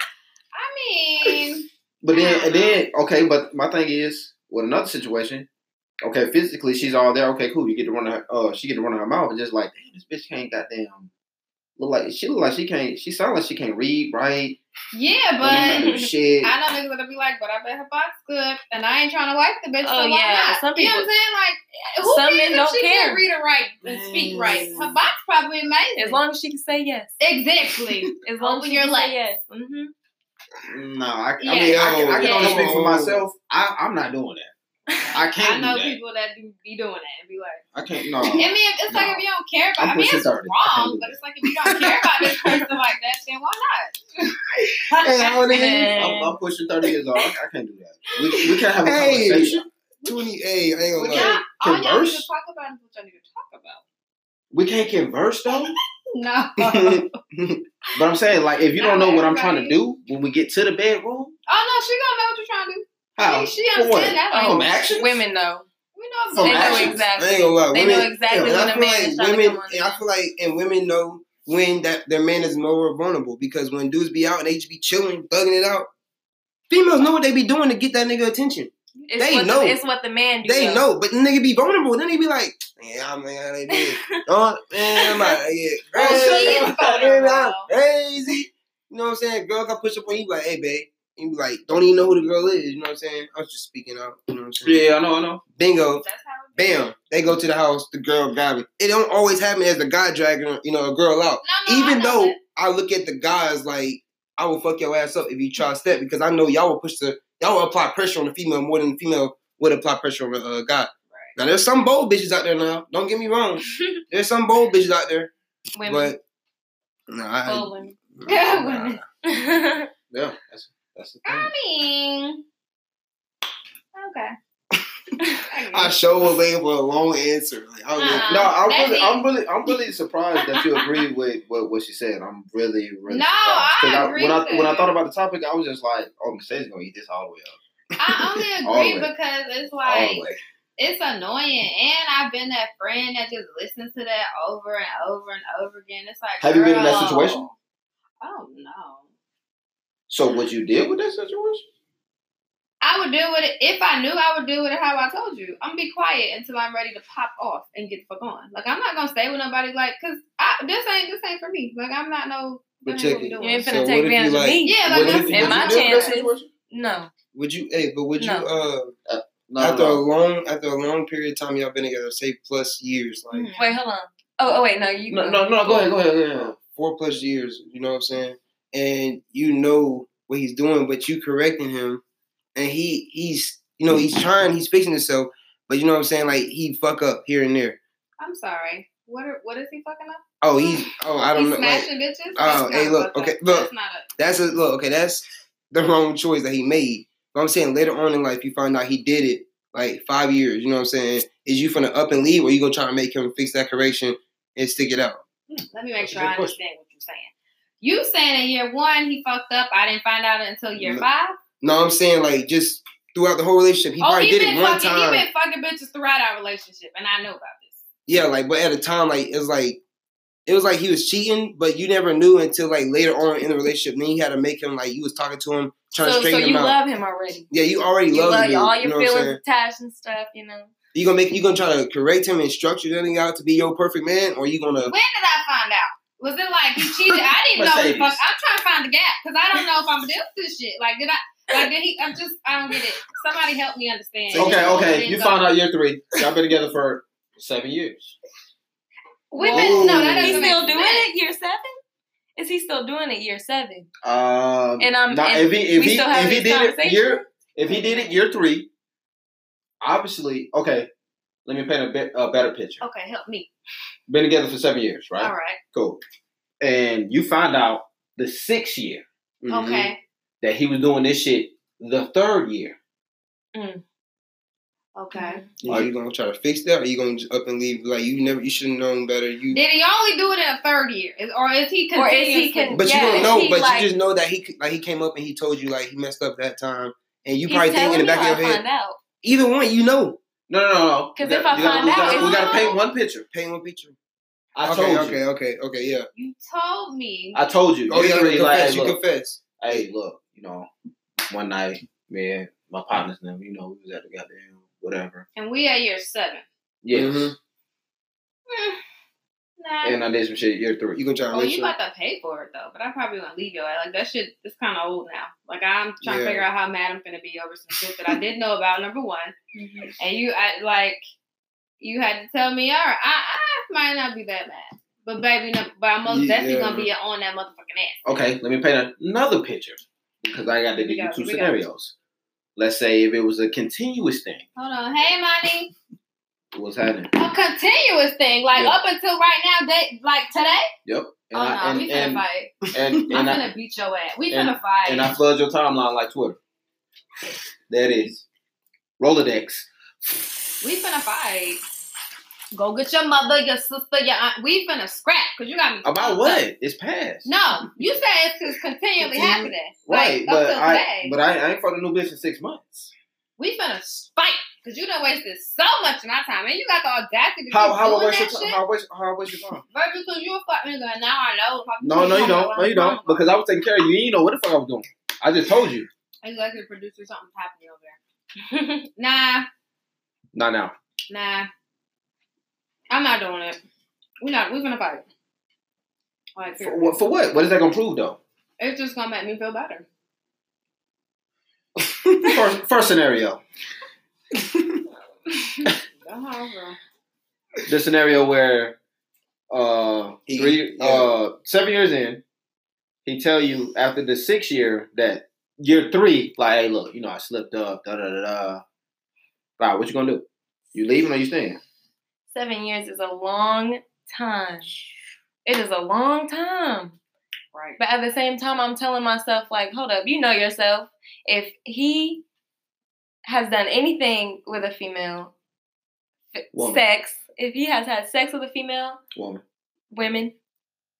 Speaker 2: mean,
Speaker 1: But then, and then, okay. But my thing is, with another situation, okay, physically she's all there. Okay, cool. You get to run her. Uh, she get to run her mouth, and just like, damn, this bitch can't goddamn. Look like she look like she can't. She sound like she can't read, right?
Speaker 3: *laughs*
Speaker 2: yeah, *laughs*
Speaker 1: Don't know how to
Speaker 2: but.
Speaker 1: do shit.
Speaker 2: I know niggas gonna be like, but I bet her box good, and I ain't trying to wipe the bitch.
Speaker 4: Oh,
Speaker 2: so why
Speaker 4: yeah,
Speaker 2: not?
Speaker 4: some
Speaker 2: you know what I'm
Speaker 4: people-
Speaker 2: saying? Like, who
Speaker 4: Some
Speaker 2: cares
Speaker 4: men
Speaker 2: if
Speaker 4: don't
Speaker 2: she
Speaker 4: care.
Speaker 2: can read or write and speak right? Her box probably amazing.
Speaker 4: As long as she can say yes.
Speaker 2: exactly.
Speaker 4: As long
Speaker 2: Open
Speaker 4: as she
Speaker 2: your
Speaker 4: can
Speaker 2: legs.
Speaker 4: say yes. hmm
Speaker 1: no, I,
Speaker 2: Yeah.
Speaker 1: I mean, I, can- I can
Speaker 2: Yeah.
Speaker 1: only speak for
Speaker 3: Come on.
Speaker 1: myself. I, I'm not doing that.
Speaker 2: *laughs*
Speaker 1: I
Speaker 2: I
Speaker 1: can't.
Speaker 2: know
Speaker 1: do that.
Speaker 2: people that do, be doing that and be like,
Speaker 1: I can't.
Speaker 2: *laughs*
Speaker 1: No.
Speaker 2: I mean, if- it's like
Speaker 1: No.
Speaker 2: if you don't care
Speaker 1: I'm
Speaker 2: about, I mean,
Speaker 1: pushing
Speaker 2: it's
Speaker 1: 30.
Speaker 2: wrong, but it's like if you don't care about this person
Speaker 1: *laughs*
Speaker 2: like that, then why not?
Speaker 3: Hey, how old are
Speaker 4: *laughs*
Speaker 1: I'm,
Speaker 3: you?
Speaker 1: I'm pushing thirty years old. I, I can't do that. We, we can't have a
Speaker 3: Hey.
Speaker 1: conversation.
Speaker 3: Twenty eight. I ain't
Speaker 2: Well,
Speaker 3: gonna
Speaker 2: y'all-
Speaker 3: lie.
Speaker 2: all y'all need
Speaker 1: converse.
Speaker 2: to talk about is what y'all need to talk about.
Speaker 1: We can't converse though.
Speaker 2: *laughs* No.
Speaker 1: But I'm saying, like, if you don't know what I'm trying to
Speaker 2: Everybody-
Speaker 1: do when we get to the bedroom,
Speaker 2: oh no, she gonna know what you're trying to do.
Speaker 1: how?
Speaker 2: She, she
Speaker 1: Oh, For what? Oh.
Speaker 2: understand that.
Speaker 1: From
Speaker 2: Like,
Speaker 1: actions?
Speaker 4: Women know.
Speaker 2: we know
Speaker 3: Oh,
Speaker 1: From
Speaker 4: They know
Speaker 1: actions?
Speaker 3: I
Speaker 4: exactly.
Speaker 3: ain't gonna lie.
Speaker 4: They
Speaker 3: women,
Speaker 4: know exactly
Speaker 3: yeah,
Speaker 4: when
Speaker 3: and I
Speaker 4: a
Speaker 3: feel
Speaker 4: man
Speaker 3: like
Speaker 4: is trying to
Speaker 3: women,
Speaker 4: come on.
Speaker 3: and I feel like and women know when that their man is more vulnerable because when dudes be out and they just be chilling, bugging it out. Females know what they be doing to get that nigga attention.
Speaker 4: It's
Speaker 3: They
Speaker 4: what
Speaker 3: know.
Speaker 4: The, it's what the man do.
Speaker 3: They
Speaker 4: though.
Speaker 3: know, but the nigga be vulnerable. Then they be like, "Yeah, man, I did.
Speaker 4: *laughs*
Speaker 3: Oh man, I'm out here
Speaker 2: Oh, she is
Speaker 3: crazy. *laughs* I'm
Speaker 2: vulnerable.
Speaker 3: crazy." You know what I'm saying? Girl got push up on you, like, "Hey, babe." You be like, "Don't even know who the girl is." You know what I'm saying? I was just speaking out. You know what I'm saying?
Speaker 1: Yeah, I know, I know.
Speaker 3: Bingo.
Speaker 2: That's how it be.
Speaker 3: bam, they go to the house, the girl grabbing. It don't always happen as the guy dragging, you know, a girl
Speaker 2: No, no,
Speaker 3: out.
Speaker 2: Oh, I
Speaker 3: Even
Speaker 2: know
Speaker 3: though
Speaker 2: that.
Speaker 3: I look at the guys like, I will fuck your ass up if you try to step because I know y'all will push the, y'all will apply pressure on the female more than the female would apply pressure on the uh, guy. Now there's some bold bitches out there now. Don't get
Speaker 2: *laughs*
Speaker 3: me wrong. There's some bold bitches out there,
Speaker 4: Women.
Speaker 3: but nah, I,
Speaker 4: Bold women.
Speaker 2: *laughs* Yeah, women.
Speaker 3: *laughs* nah.
Speaker 1: Yeah, that's, that's the
Speaker 2: I
Speaker 1: thing.
Speaker 2: mean,
Speaker 1: *laughs*
Speaker 2: okay. I
Speaker 3: I
Speaker 2: guess.
Speaker 3: show was waiting for a long answer. Like, I was like,
Speaker 2: Uh,
Speaker 1: No, I'm
Speaker 2: that
Speaker 1: really,
Speaker 2: means-
Speaker 1: I'm really, I'm really surprised that you agree with what, what she said. I'm really, really
Speaker 2: No,
Speaker 1: surprised. 'Cause
Speaker 2: I agree
Speaker 1: when I
Speaker 2: with
Speaker 1: when I
Speaker 2: her.
Speaker 1: thought about the topic, I was just like, oh, Mercedes gonna eat this all the way up,
Speaker 3: *laughs*
Speaker 2: I
Speaker 1: All
Speaker 2: only
Speaker 1: the
Speaker 2: agree
Speaker 1: way.
Speaker 2: because it's
Speaker 1: all
Speaker 2: like
Speaker 1: the way.
Speaker 2: it's annoying, and I've been that friend that just listens to that over and over and over again. It's like,
Speaker 1: Have you been in that
Speaker 2: girl, oh,
Speaker 1: situation?
Speaker 2: I don't know.
Speaker 1: So what you did with that situation?
Speaker 2: I would deal with it if I knew I would deal with it how I told you. I'm gonna be quiet until I'm ready to pop off and get the fuck on. Like I'm not gonna stay with nobody like cause I, this ain't this ain't for me. Like I'm not no
Speaker 3: But
Speaker 2: that
Speaker 3: check
Speaker 2: ain't what we doing.
Speaker 3: it.
Speaker 4: *laughs* You ain't
Speaker 3: So
Speaker 4: finna
Speaker 3: what
Speaker 4: take
Speaker 3: if you
Speaker 4: advantage of
Speaker 3: like-
Speaker 4: me.
Speaker 2: Yeah,
Speaker 3: What
Speaker 2: like
Speaker 3: if
Speaker 2: I'm
Speaker 3: you-
Speaker 4: In
Speaker 1: Would
Speaker 4: my
Speaker 1: you deal with that
Speaker 4: chances.
Speaker 1: situation?
Speaker 4: No.
Speaker 3: would you? Hey, but would
Speaker 4: No.
Speaker 3: you? uh
Speaker 1: No,
Speaker 3: after
Speaker 1: no,
Speaker 3: a long after a long period of time y'all been together, say plus years, like
Speaker 2: Mhm.
Speaker 4: Wait, hold on. Oh, oh wait, no, you.
Speaker 1: no, no, no, Go ahead, go ahead, go ahead.
Speaker 3: four plus years, you know what I'm saying? And you know what he's doing, but you correcting him and he he's you know, he's trying, he's fixing himself, but you know what I'm saying, like he fuck up here and there.
Speaker 2: I'm sorry. What are, what is he fucking up?
Speaker 3: Oh he's oh I don't
Speaker 2: He's
Speaker 3: know like,
Speaker 2: smashing bitches.
Speaker 3: Oh,
Speaker 2: That's
Speaker 3: hey,
Speaker 2: not
Speaker 3: look,
Speaker 2: fucked up.
Speaker 3: okay, look.
Speaker 2: That's not a,
Speaker 3: that's a look, okay, that's the wrong choice that he made. But I'm saying later on in life you find out he did it like five years, you know what I'm saying? Is you finna up and leave or you gonna try to make him fix that correction and stick it out?
Speaker 2: let me make
Speaker 1: That's a
Speaker 2: sure
Speaker 1: good
Speaker 2: I understand what you're saying. You saying in year one he fucked up. I didn't find out until year
Speaker 3: No.
Speaker 2: five.
Speaker 3: No, I'm saying like just throughout the whole relationship, he
Speaker 2: oh,
Speaker 3: probably
Speaker 2: he
Speaker 3: did
Speaker 2: been
Speaker 3: it one
Speaker 2: fucking.
Speaker 3: time.
Speaker 2: He been fucking bitches throughout our relationship, and I know about this.
Speaker 3: yeah, like but at a time like it was like it was like he was cheating, but you never knew until like later on in the relationship. Then you had to make him like you was talking to him, trying to
Speaker 4: So, so
Speaker 3: straighten
Speaker 4: you
Speaker 3: him out.
Speaker 4: love him already.
Speaker 3: yeah, you already
Speaker 4: You
Speaker 3: love,
Speaker 4: love
Speaker 3: him.
Speaker 4: all
Speaker 3: you
Speaker 4: your
Speaker 3: know what I'm
Speaker 4: feelings
Speaker 3: saying?
Speaker 4: attached and stuff. You know.
Speaker 3: You gonna make you gonna try to correct him and structure that nigga out to be your perfect man, or you gonna
Speaker 2: When did I find out? Was it like
Speaker 1: *laughs*
Speaker 2: he cheated? I didn't know. the
Speaker 1: Mercedes.
Speaker 2: fuck- I'm trying to find the gap because I don't know if I'm doing this shit. Like, did I? Like, did he? I'm just. I don't get it. Somebody help me understand.
Speaker 1: Okay, okay. You
Speaker 2: Go.
Speaker 1: found out year three. Y'all been together for seven years.
Speaker 2: Women, no, that
Speaker 1: Whoa.
Speaker 4: He's
Speaker 2: doesn't
Speaker 4: still
Speaker 2: make
Speaker 4: doing
Speaker 2: sense.
Speaker 4: it year seven? Is he still doing it year seven?
Speaker 1: Um,
Speaker 4: And I'm-
Speaker 1: nah,
Speaker 4: and
Speaker 1: if he if
Speaker 4: we
Speaker 1: he
Speaker 4: still having
Speaker 1: if he
Speaker 4: this
Speaker 1: did it
Speaker 4: conversation?
Speaker 1: year if he did it year three, obviously okay. Let me paint a bit a better picture.
Speaker 2: Okay, help me.
Speaker 1: Been together for seven years, right?
Speaker 2: All right.
Speaker 1: Cool. And you find out the sixth year
Speaker 3: mm-hmm,
Speaker 1: Mm-hmm.
Speaker 2: Okay.
Speaker 1: that he was doing this shit the third year.
Speaker 2: Okay.
Speaker 1: Mm-hmm.
Speaker 3: Are you gonna try to fix that, or you gonna just up and leave? Like you never, you should have known better. You,
Speaker 2: Did he only do it in a third year, Is- or is he?
Speaker 4: Or is
Speaker 2: continuously-
Speaker 4: he con-
Speaker 3: but
Speaker 4: yeah,
Speaker 3: you don't
Speaker 4: is
Speaker 3: know.
Speaker 4: he,
Speaker 3: But
Speaker 4: like-
Speaker 3: you just know that he, c- like, he came up and he told you, like, he messed up that time, and you
Speaker 4: He's
Speaker 3: probably think in the
Speaker 4: telling me
Speaker 3: back
Speaker 4: how
Speaker 3: of
Speaker 4: I
Speaker 3: your head,
Speaker 4: find out.
Speaker 3: either one, you know.
Speaker 1: No, no, no, no.
Speaker 4: 'Cause
Speaker 1: You
Speaker 4: if
Speaker 1: got-
Speaker 4: I
Speaker 1: you gotta-
Speaker 4: find
Speaker 1: we gotta-
Speaker 2: out,
Speaker 1: we
Speaker 2: it's-
Speaker 1: gotta paint one picture.
Speaker 3: Paint one picture.
Speaker 1: I
Speaker 3: okay,
Speaker 1: told you.
Speaker 3: okay, okay, okay, yeah.
Speaker 2: You told me.
Speaker 1: I told you.
Speaker 3: Oh
Speaker 1: Year
Speaker 3: yeah,
Speaker 1: three,
Speaker 3: you
Speaker 1: like,
Speaker 3: confess.
Speaker 1: hey,
Speaker 3: You
Speaker 1: look,
Speaker 3: confess.
Speaker 1: hey, look, you know, one night, man, my partner's name, you know, we was at the goddamn whatever.
Speaker 2: and we at year seven.
Speaker 1: Yes.
Speaker 3: Mhm.
Speaker 2: Mm. Nah.
Speaker 1: And I did some shit year three.
Speaker 3: You gonna try to
Speaker 2: Oh,
Speaker 3: make
Speaker 2: you
Speaker 3: sure?
Speaker 2: about to pay for it though, but I probably won't leave you. Like that shit is kind of old now. Like I'm trying to
Speaker 3: Yeah.
Speaker 2: figure out how mad I'm gonna be over some shit that I didn't know about. Number one, and you I, like you had to tell me, all right, I, I might not be that mad, but baby, no, but I'm most
Speaker 3: Yeah.
Speaker 2: definitely gonna be on that motherfucking
Speaker 1: Okay, let me paint another picture because I got to give
Speaker 2: We
Speaker 1: you
Speaker 2: got-
Speaker 1: two
Speaker 2: we got-
Speaker 1: scenarios. Let's say if it was a continuous thing,
Speaker 2: ass. Hold on, hey, money,
Speaker 1: what's happening?
Speaker 2: a continuous thing. Like
Speaker 1: Yeah.
Speaker 2: up until right now, they like today.
Speaker 1: Yep. And
Speaker 2: oh no,
Speaker 1: I, and,
Speaker 2: we finna
Speaker 1: and,
Speaker 2: fight.
Speaker 1: and,
Speaker 2: *laughs*
Speaker 1: and,
Speaker 2: I'm
Speaker 1: I,
Speaker 2: finna beat your ass. We
Speaker 1: and-
Speaker 2: finna fight.
Speaker 1: and I flood your timeline like Twitter. That is Rolodex.
Speaker 2: We finna fight. Go get your mother, your sister, your aunt. We finna scrap because you got me.
Speaker 1: About what? It's past.
Speaker 2: No, you said it's just continually
Speaker 1: Continue-
Speaker 2: happening.
Speaker 1: right,
Speaker 2: Like, up
Speaker 1: but
Speaker 2: till
Speaker 1: I
Speaker 2: today.
Speaker 1: but I, I ain't fucked a new bitch in six months.
Speaker 2: we finna fight because you done wasted so much of my time. And you got the audacity to
Speaker 1: How
Speaker 2: keep
Speaker 1: how I
Speaker 2: doing
Speaker 1: waste your
Speaker 2: that
Speaker 1: time?
Speaker 2: shit.
Speaker 1: How I waste how I waste your time?
Speaker 2: Virgil, because you a fuck nigga and now I know. Fuck,
Speaker 1: No, no, you don't. No, you
Speaker 2: Because
Speaker 1: don't. Because I was taking care of you. You ain't know what the fuck I was doing. I just told you.
Speaker 2: executive producer, something's happening over there. *laughs* nah,
Speaker 1: Not now.
Speaker 2: nah. I'm not doing it. We not. We finna fight. Like,
Speaker 1: For, what- for what? What is that gonna prove though?
Speaker 2: it's just gonna make me feel better.
Speaker 1: first, first scenario,
Speaker 2: Go home, girl.
Speaker 1: the scenario where uh
Speaker 3: He-
Speaker 1: three
Speaker 3: yeah.
Speaker 1: uh seven years in, he tell you after the sixth year that year three, like, hey, look, you know, I slipped up, da da da da. Right, what you gonna do? You leaving or you staying?
Speaker 4: Seven years is a long time. It is a long time.
Speaker 2: Right.
Speaker 4: But at the same time, I'm telling myself, like, hold up, you know yourself. If he has done anything with a female, f-
Speaker 1: Woman.
Speaker 4: sex, if he has had sex with a female,
Speaker 1: Woman,
Speaker 4: women,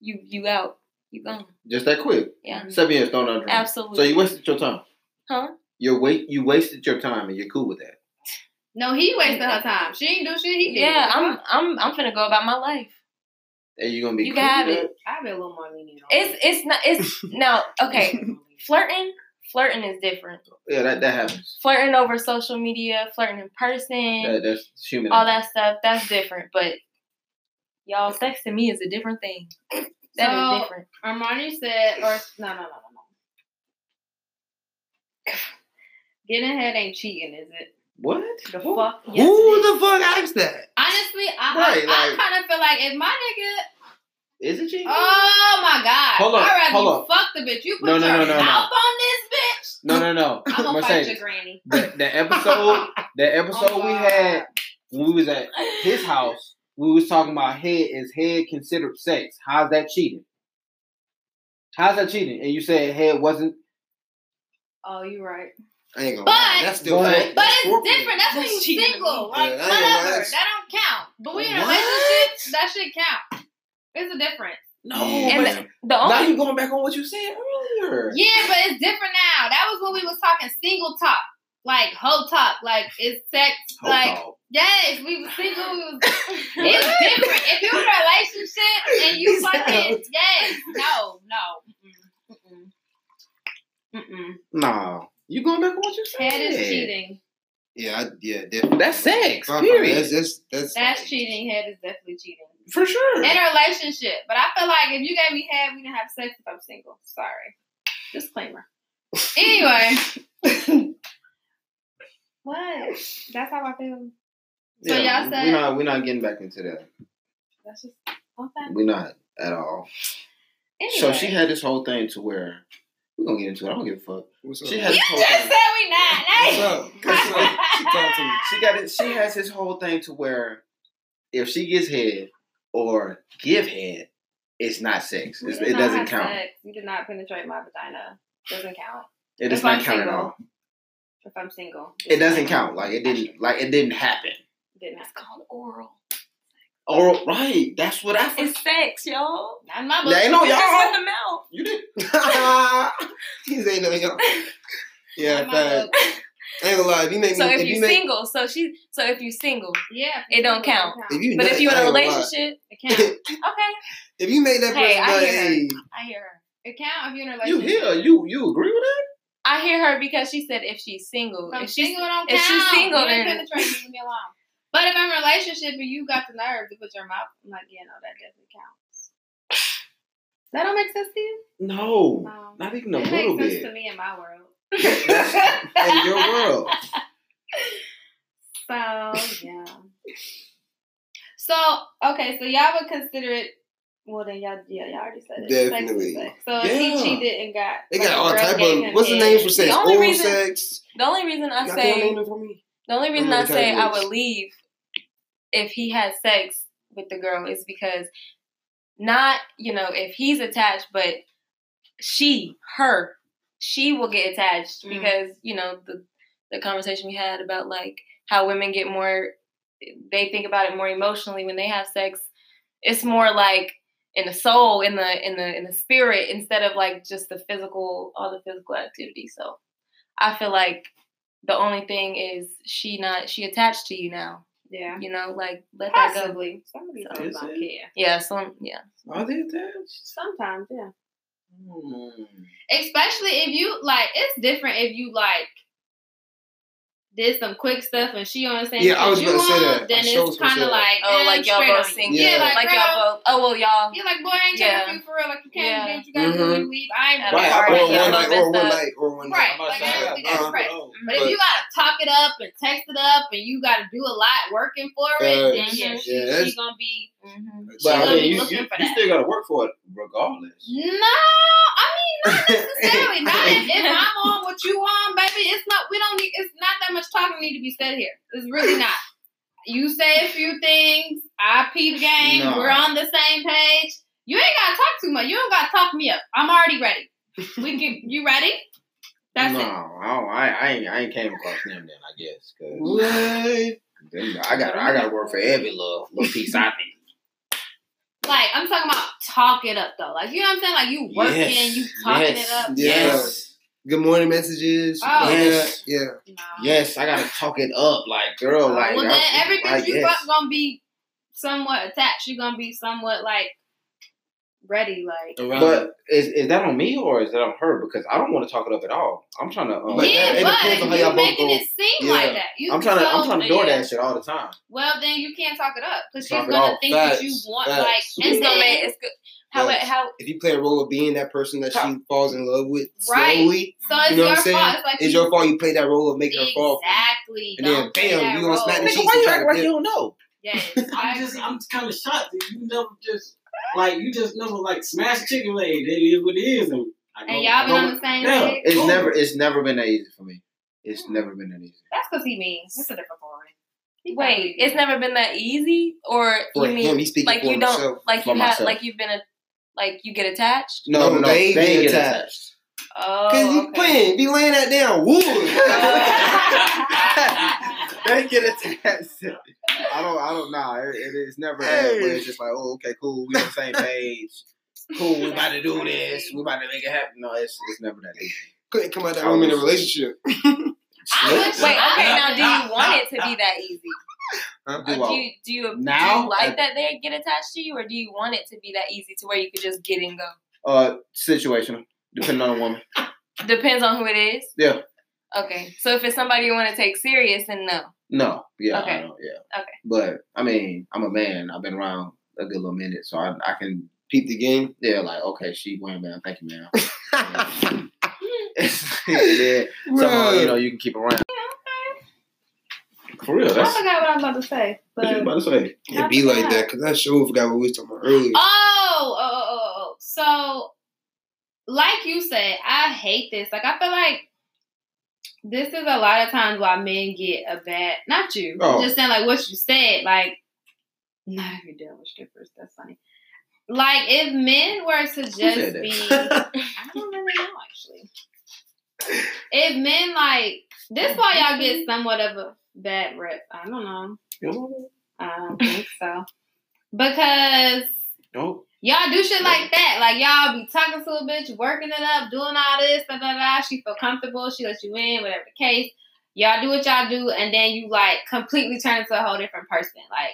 Speaker 4: you you out, you gone.
Speaker 1: just that quick.
Speaker 4: Yeah,
Speaker 1: Seven years thrown under. the bus.
Speaker 4: absolutely.
Speaker 1: So you wasted your time.
Speaker 4: Huh?
Speaker 1: You wait. You wasted your time, and you're cool with that.
Speaker 2: No, he wasted her time. She didn't do shit. He did.
Speaker 4: yeah, I'm I'm I'm finna go about my life.
Speaker 1: And you're gonna be.
Speaker 4: You
Speaker 1: cool
Speaker 4: got
Speaker 1: with
Speaker 4: it.
Speaker 1: that?
Speaker 2: I'd be a little more lenient. on
Speaker 4: It's
Speaker 2: it.
Speaker 4: it's not
Speaker 3: *laughs*
Speaker 4: it's now
Speaker 2: *laughs*
Speaker 4: okay.
Speaker 2: Flirt.
Speaker 4: Flirting, flirting is different.
Speaker 1: Yeah, that that happens.
Speaker 4: Flirting over social media, flirting in person,
Speaker 1: That, that's human.
Speaker 4: all that stuff, that's different. But y'all, sex to me is a different thing. That is
Speaker 2: So-
Speaker 4: different.
Speaker 2: Armani said, or no, no, no, no, no. Getting head ain't cheating, is it?
Speaker 1: What?
Speaker 2: The fuck?
Speaker 4: Yes,
Speaker 3: Who
Speaker 4: it is.
Speaker 3: the fuck asked that?
Speaker 2: Honestly, I,
Speaker 1: Right,
Speaker 2: I,
Speaker 1: like-
Speaker 2: I kind of feel like if my nigga,
Speaker 1: Is it cheating?
Speaker 2: oh my god,
Speaker 1: Hold up,
Speaker 2: I'd rather
Speaker 1: hold
Speaker 2: you
Speaker 1: up.
Speaker 2: fuck the bitch. You put
Speaker 1: No, no,
Speaker 2: your
Speaker 1: no, no, no.
Speaker 2: mouth on this bitch.
Speaker 1: No, no, no.
Speaker 2: *laughs* I'm gonna fight your
Speaker 1: Mercedes.
Speaker 2: granny.
Speaker 1: The, the episode, the episode
Speaker 2: *laughs* Oh,
Speaker 1: we
Speaker 2: God.
Speaker 1: had when we was at his house, we was talking about head is head considered sex. How's that cheating? How's that cheating? And you said head wasn't.
Speaker 2: Oh, you right.
Speaker 3: I ain't gonna.
Speaker 2: But-
Speaker 3: lie. that's still.
Speaker 1: But-
Speaker 3: that's
Speaker 2: But it's
Speaker 3: corporate.
Speaker 2: different. That's, when
Speaker 4: That's
Speaker 2: you
Speaker 4: cheating to
Speaker 2: single.
Speaker 4: me.
Speaker 2: Like
Speaker 3: Yeah, I ain't gonna lie,
Speaker 2: whatever.
Speaker 3: that's-
Speaker 2: That don't count. But we in a
Speaker 3: What?
Speaker 2: relationship, that shit count. It's a difference.
Speaker 1: No,
Speaker 4: And
Speaker 1: but
Speaker 4: The
Speaker 1: now
Speaker 4: only
Speaker 1: you going back on what you said earlier.
Speaker 2: Yeah, but it's different now. That was when we was talking single top. Like hoe top. Like it's sex
Speaker 1: Hold
Speaker 2: like
Speaker 1: on.
Speaker 2: yes, we was single, we
Speaker 4: *laughs*
Speaker 2: was it's different. If you're in a relationship and you
Speaker 3: He's
Speaker 2: fucking
Speaker 3: out.
Speaker 2: yes, no, no. Mm-mm. Mm-mm. Mm-mm.
Speaker 1: no, you going back on what you said.
Speaker 2: Head is cheating.
Speaker 3: Yeah, I, yeah, definitely.
Speaker 1: That's sex,
Speaker 3: Fuck,
Speaker 1: period.
Speaker 3: That's that's that's,
Speaker 2: That's cheating. Head is definitely cheating.
Speaker 1: For sure.
Speaker 2: in a relationship. But I feel like if you gave me head, we didn't have sex if I'm single. Sorry. Disclaimer. Anyway. what? That's how I feel. So y'all said-
Speaker 1: we're not we're not getting back into that.
Speaker 2: That's just okay.
Speaker 1: We're not at all.
Speaker 2: Anyway.
Speaker 1: So she had this whole thing to where we're gonna get into it. I don't give a fuck.
Speaker 3: What's up?
Speaker 1: She had
Speaker 2: You
Speaker 1: this whole
Speaker 2: just said
Speaker 1: thing.
Speaker 2: we not.
Speaker 3: What's
Speaker 2: Hey.
Speaker 3: up? What's
Speaker 4: *laughs*
Speaker 3: up? She talking *laughs* to me.
Speaker 1: She got it. She has this whole thing to where if she gets head or give head, it's not sex.
Speaker 2: We
Speaker 1: It's,
Speaker 2: did
Speaker 1: it
Speaker 2: not
Speaker 1: doesn't
Speaker 2: have
Speaker 1: count.
Speaker 2: sex. You did not penetrate my vagina. Doesn't count.
Speaker 1: It
Speaker 2: If
Speaker 1: does
Speaker 2: I'm
Speaker 1: not count at
Speaker 2: single.
Speaker 1: all.
Speaker 2: If I'm single.
Speaker 1: It doesn't count. Like it didn't. Like it didn't happen.
Speaker 2: Didn't
Speaker 4: It's called oral.
Speaker 1: Or right. That's what I.
Speaker 4: It's sex, y'all.
Speaker 2: happen. Not in my book.
Speaker 1: Now,
Speaker 3: Oh,
Speaker 1: ain't no
Speaker 4: It's in
Speaker 1: y'all.
Speaker 4: the mouth.
Speaker 1: You did.
Speaker 3: These ain't no
Speaker 4: *laughs*
Speaker 3: y'all.
Speaker 2: Not
Speaker 3: Yeah,
Speaker 2: in my
Speaker 3: fact.
Speaker 2: book.
Speaker 3: Ain't gonna lie. If you make me,
Speaker 4: So
Speaker 3: if
Speaker 4: if,
Speaker 3: you
Speaker 4: you're
Speaker 3: make,
Speaker 4: single, so she, so if you're single,
Speaker 2: Yeah.
Speaker 4: It don't count.
Speaker 3: if you,
Speaker 4: but if
Speaker 3: nut,
Speaker 4: you're in
Speaker 3: I
Speaker 4: a
Speaker 3: ain't gonna lie.
Speaker 4: relationship,
Speaker 2: It counts.
Speaker 4: okay,
Speaker 3: if you make that person,
Speaker 4: Hey, I
Speaker 3: nut,
Speaker 4: hear her.
Speaker 3: hey,
Speaker 4: I hear her.
Speaker 2: It count if you're in a
Speaker 1: You
Speaker 2: relationship.
Speaker 1: here? You you agree with that?
Speaker 4: I hear her because she said if she's single,
Speaker 2: If I'm
Speaker 4: if she's
Speaker 2: single, it don't
Speaker 4: if
Speaker 2: count.
Speaker 4: she's single,
Speaker 2: you ain't
Speaker 4: then-
Speaker 2: penetrating, leave me alone. But if I'm in a relationship and you got the nerve to put your mouth, I'm like, yeah, no, that definitely counts. That don't make sense to you?
Speaker 1: No,
Speaker 2: No.
Speaker 1: not even a
Speaker 2: it
Speaker 1: little
Speaker 2: makes sense to
Speaker 1: bit.
Speaker 2: me in my world.
Speaker 1: In your world,
Speaker 2: *laughs* So yeah. So okay, so y'all would consider it. Well then, y'all yeah, y'all already said it. Sex is
Speaker 3: Definitely.
Speaker 2: sex. So if
Speaker 1: Yeah.
Speaker 2: he cheated and got
Speaker 3: they
Speaker 2: like,
Speaker 3: got all
Speaker 2: girl
Speaker 3: type
Speaker 2: gave
Speaker 3: of
Speaker 2: him
Speaker 3: what's the
Speaker 2: head.
Speaker 3: name for sex?
Speaker 4: The only
Speaker 3: Oral
Speaker 4: reason-
Speaker 3: sex.
Speaker 4: the only reason I
Speaker 3: Y'all
Speaker 4: say
Speaker 3: can name it for me.
Speaker 4: The only reason
Speaker 3: I'm
Speaker 4: I
Speaker 3: really
Speaker 4: say I
Speaker 3: confused.
Speaker 4: would leave if he had sex with the girl is because not, you know, if he's attached, but she, her, she will get attached
Speaker 2: Mm.
Speaker 4: because, you know, the the conversation we had about like how women get more they think about it more emotionally when they have sex. It's more like in the soul, in the in the in the spirit instead of like just the physical all the physical activity. So I feel like the only thing is she not she attached to you now.
Speaker 2: Yeah.
Speaker 4: You know, like let that go.
Speaker 2: Possibly. Some of these
Speaker 1: Is
Speaker 2: hoes don't
Speaker 1: it?
Speaker 2: care.
Speaker 4: Yeah, so yeah.
Speaker 1: are they attached?
Speaker 2: Sometimes, yeah.
Speaker 1: Hmm.
Speaker 2: especially if you like it's different if you like did some quick stuff and she on the same
Speaker 3: Yeah, I was
Speaker 2: you
Speaker 3: about to say
Speaker 2: on,
Speaker 3: that. I
Speaker 2: then
Speaker 3: sure was
Speaker 2: it's
Speaker 3: gonna
Speaker 2: kind of
Speaker 3: say that.
Speaker 2: like
Speaker 4: Oh,
Speaker 2: eh,
Speaker 4: like y'all
Speaker 2: straight
Speaker 4: both
Speaker 2: on you.
Speaker 4: single.
Speaker 2: yeah,
Speaker 3: Yeah.
Speaker 2: like,
Speaker 4: Like
Speaker 2: girl,
Speaker 4: y'all both oh well y'all
Speaker 2: you're like boy I ain't
Speaker 4: Yeah.
Speaker 2: trying to for real like you can't
Speaker 4: Yeah.
Speaker 2: do what you gotta do
Speaker 3: Mhm.
Speaker 2: you leave I ain't
Speaker 4: At a
Speaker 3: Right,
Speaker 4: party,
Speaker 3: or one
Speaker 4: y'all
Speaker 3: night,
Speaker 4: messed
Speaker 3: or one
Speaker 4: up.
Speaker 3: night, or one night. Uh,
Speaker 2: Right. Like, I don't think
Speaker 3: that's
Speaker 1: Uh-huh.
Speaker 2: right. but
Speaker 3: But-
Speaker 2: if you gotta talk it up and text it up and you gotta do a lot working for it then
Speaker 4: Facts.
Speaker 2: yeah, she, she
Speaker 3: Yeah, that's-
Speaker 2: gonna be
Speaker 4: Mhm.
Speaker 1: But I
Speaker 2: She'll
Speaker 1: mean,
Speaker 2: be
Speaker 1: you,
Speaker 2: looking
Speaker 1: you,
Speaker 2: for
Speaker 1: you
Speaker 2: that.
Speaker 1: still gotta work for it regardless.
Speaker 2: no I mean
Speaker 1: *laughs*
Speaker 2: necessarily not if, if I'm on what you on baby it's not we don't need it's not that much talking need to be said here it's really not you say a few things. I peep game.
Speaker 1: No.
Speaker 2: We're on the same page. You ain't gotta talk too much. You don't gotta talk me up. I'm already ready. We
Speaker 1: *laughs*
Speaker 2: can. You ready? That's
Speaker 1: no,
Speaker 2: it.
Speaker 1: I, don't, I, I ain't I ain't came across them then. I guess 'cause
Speaker 3: what?
Speaker 1: them- I got I gotta work for every little little piece I think.
Speaker 2: Like I'm talking about talk it up though. Like you know what I'm saying. Like you *laughs* working.
Speaker 1: Yes.
Speaker 2: You talking
Speaker 1: Yes.
Speaker 2: it up.
Speaker 1: Yes.
Speaker 3: Good morning messages.
Speaker 2: Oh.
Speaker 1: Yes.
Speaker 3: Yeah, yeah.
Speaker 2: No.
Speaker 1: Yes, I gotta talk it up, like girl, like
Speaker 2: well,
Speaker 1: I-
Speaker 2: then everything
Speaker 1: like,
Speaker 2: you
Speaker 1: yes.
Speaker 2: fuck gonna be somewhat attached. You're gonna be somewhat like ready. Like
Speaker 3: Around.
Speaker 1: But is, is that on me or is that on her? Because I don't want to talk it up at all. I'm trying to. Um,
Speaker 3: But
Speaker 2: yeah,
Speaker 3: that- it depends on
Speaker 2: but
Speaker 3: how y'all
Speaker 2: you're
Speaker 3: both
Speaker 2: making
Speaker 3: go.
Speaker 2: it seem
Speaker 3: Yeah.
Speaker 2: like that. You
Speaker 1: I'm trying to.
Speaker 2: so-
Speaker 1: I'm trying to door
Speaker 4: yeah.
Speaker 1: that shit all the time.
Speaker 2: Well, then you can't talk it up because she's
Speaker 1: Talk it
Speaker 2: gonna
Speaker 1: off.
Speaker 2: think that you
Speaker 3: Facts.
Speaker 2: want
Speaker 3: Facts.
Speaker 2: like
Speaker 4: It's
Speaker 2: and then,
Speaker 4: gonna make it's good. How
Speaker 3: Yes.
Speaker 4: how
Speaker 3: if you play a role of being that person that she falls in love with
Speaker 2: Right.
Speaker 3: slowly,
Speaker 2: so it's
Speaker 3: you know
Speaker 2: your
Speaker 3: what I'm saying?
Speaker 2: fault. It's like
Speaker 3: it's your fault you play that role of making her fall. for you.
Speaker 2: exactly.
Speaker 3: And then,
Speaker 2: Don't play
Speaker 3: bam,
Speaker 2: that
Speaker 3: you gonna
Speaker 2: role.
Speaker 3: smack the
Speaker 1: Nigga,
Speaker 3: shit.
Speaker 1: why you
Speaker 3: trying
Speaker 1: act
Speaker 3: to
Speaker 1: like you
Speaker 3: get-
Speaker 1: don't know?
Speaker 2: Yes,
Speaker 6: I'm
Speaker 3: *laughs*
Speaker 2: I
Speaker 6: just,
Speaker 2: agree.
Speaker 6: I'm kind of shocked that you never just like you just never like smash chicken leg. It is what it is, and, I
Speaker 2: and
Speaker 6: go-
Speaker 2: y'all
Speaker 6: I
Speaker 2: been
Speaker 6: go-
Speaker 2: on the same
Speaker 6: Yeah.
Speaker 2: page.
Speaker 1: It's
Speaker 6: Cool.
Speaker 1: never. It's never been that easy for me. It's
Speaker 2: Hmm.
Speaker 1: never been that easy.
Speaker 2: That's because he means it's a different story. He probably
Speaker 4: wait, it's
Speaker 2: mean.
Speaker 4: never been that easy or
Speaker 3: For
Speaker 4: you
Speaker 3: him,
Speaker 4: mean
Speaker 3: he's speaking
Speaker 4: like
Speaker 3: for
Speaker 4: you
Speaker 3: himself.
Speaker 4: don't like
Speaker 1: For
Speaker 4: you have
Speaker 1: myself.
Speaker 4: like you've been a like you get attached?
Speaker 3: No, they get attached.
Speaker 4: Oh
Speaker 3: Cause you
Speaker 4: okay.
Speaker 3: playing, be laying that down
Speaker 4: *laughs*
Speaker 3: wood.
Speaker 1: they get attached. I don't. I don't. Nah, it, it is never. that,
Speaker 3: Hey.
Speaker 1: where it's just like, oh, okay, cool. We on the same page. Cool, we about to do this. We about to make it happen. No, it's it's never that easy.
Speaker 3: Couldn't come out that room in a relationship.
Speaker 2: I would
Speaker 4: Wait,
Speaker 2: Nah,
Speaker 4: okay,
Speaker 2: nah,
Speaker 4: now do you want it to be that easy?
Speaker 3: Huh?
Speaker 1: Do
Speaker 4: Or
Speaker 1: I-
Speaker 4: do you do you, do
Speaker 1: Now?
Speaker 4: you like that they get attached to you, or do you want it to be that easy to where you could just get and go?
Speaker 1: Uh, situational, depending on the woman.
Speaker 4: Depends on who it is.
Speaker 1: Yeah.
Speaker 4: Okay, so if it's somebody you want to take serious, then no.
Speaker 1: No, yeah, I
Speaker 4: Okay.
Speaker 1: know, yeah.
Speaker 4: Okay.
Speaker 1: But I mean, I'm a man. I've been around a good little minute, so I, I can peep the game. Yeah, like okay, she went man. Thank you, man.
Speaker 4: *laughs*
Speaker 1: *laughs* yeah, somehow you know you can keep around. For real,
Speaker 2: I
Speaker 1: that's
Speaker 2: forgot what I was about to say.
Speaker 1: what you
Speaker 2: But
Speaker 3: *laughs*
Speaker 1: about to say.
Speaker 3: It be like that because I sure forgot what we was talking about earlier.
Speaker 2: Oh, oh, oh, oh, oh. So, like you said, I hate this. Like, I feel like this is a lot of times why men get a bad. Not you. I'm
Speaker 1: Oh.
Speaker 2: Just saying, like what you said. Like, not if you're dealing with strippers. That's funny. Like, if men were to
Speaker 1: said
Speaker 2: just
Speaker 1: that? *laughs*
Speaker 2: be, I don't really know actually. If men like this, why y'all get
Speaker 1: Mm-hmm.
Speaker 2: somewhat of a bad rep. I don't know.
Speaker 1: *laughs*
Speaker 2: I don't think so. Because
Speaker 1: Nope.
Speaker 2: Y'all do shit like that. Like y'all be talking to a bitch, working it up, doing all this, da da da. She feel comfortable. She lets you in, whatever the case. Y'all do what y'all do, and then you like completely turn into a whole different person. Like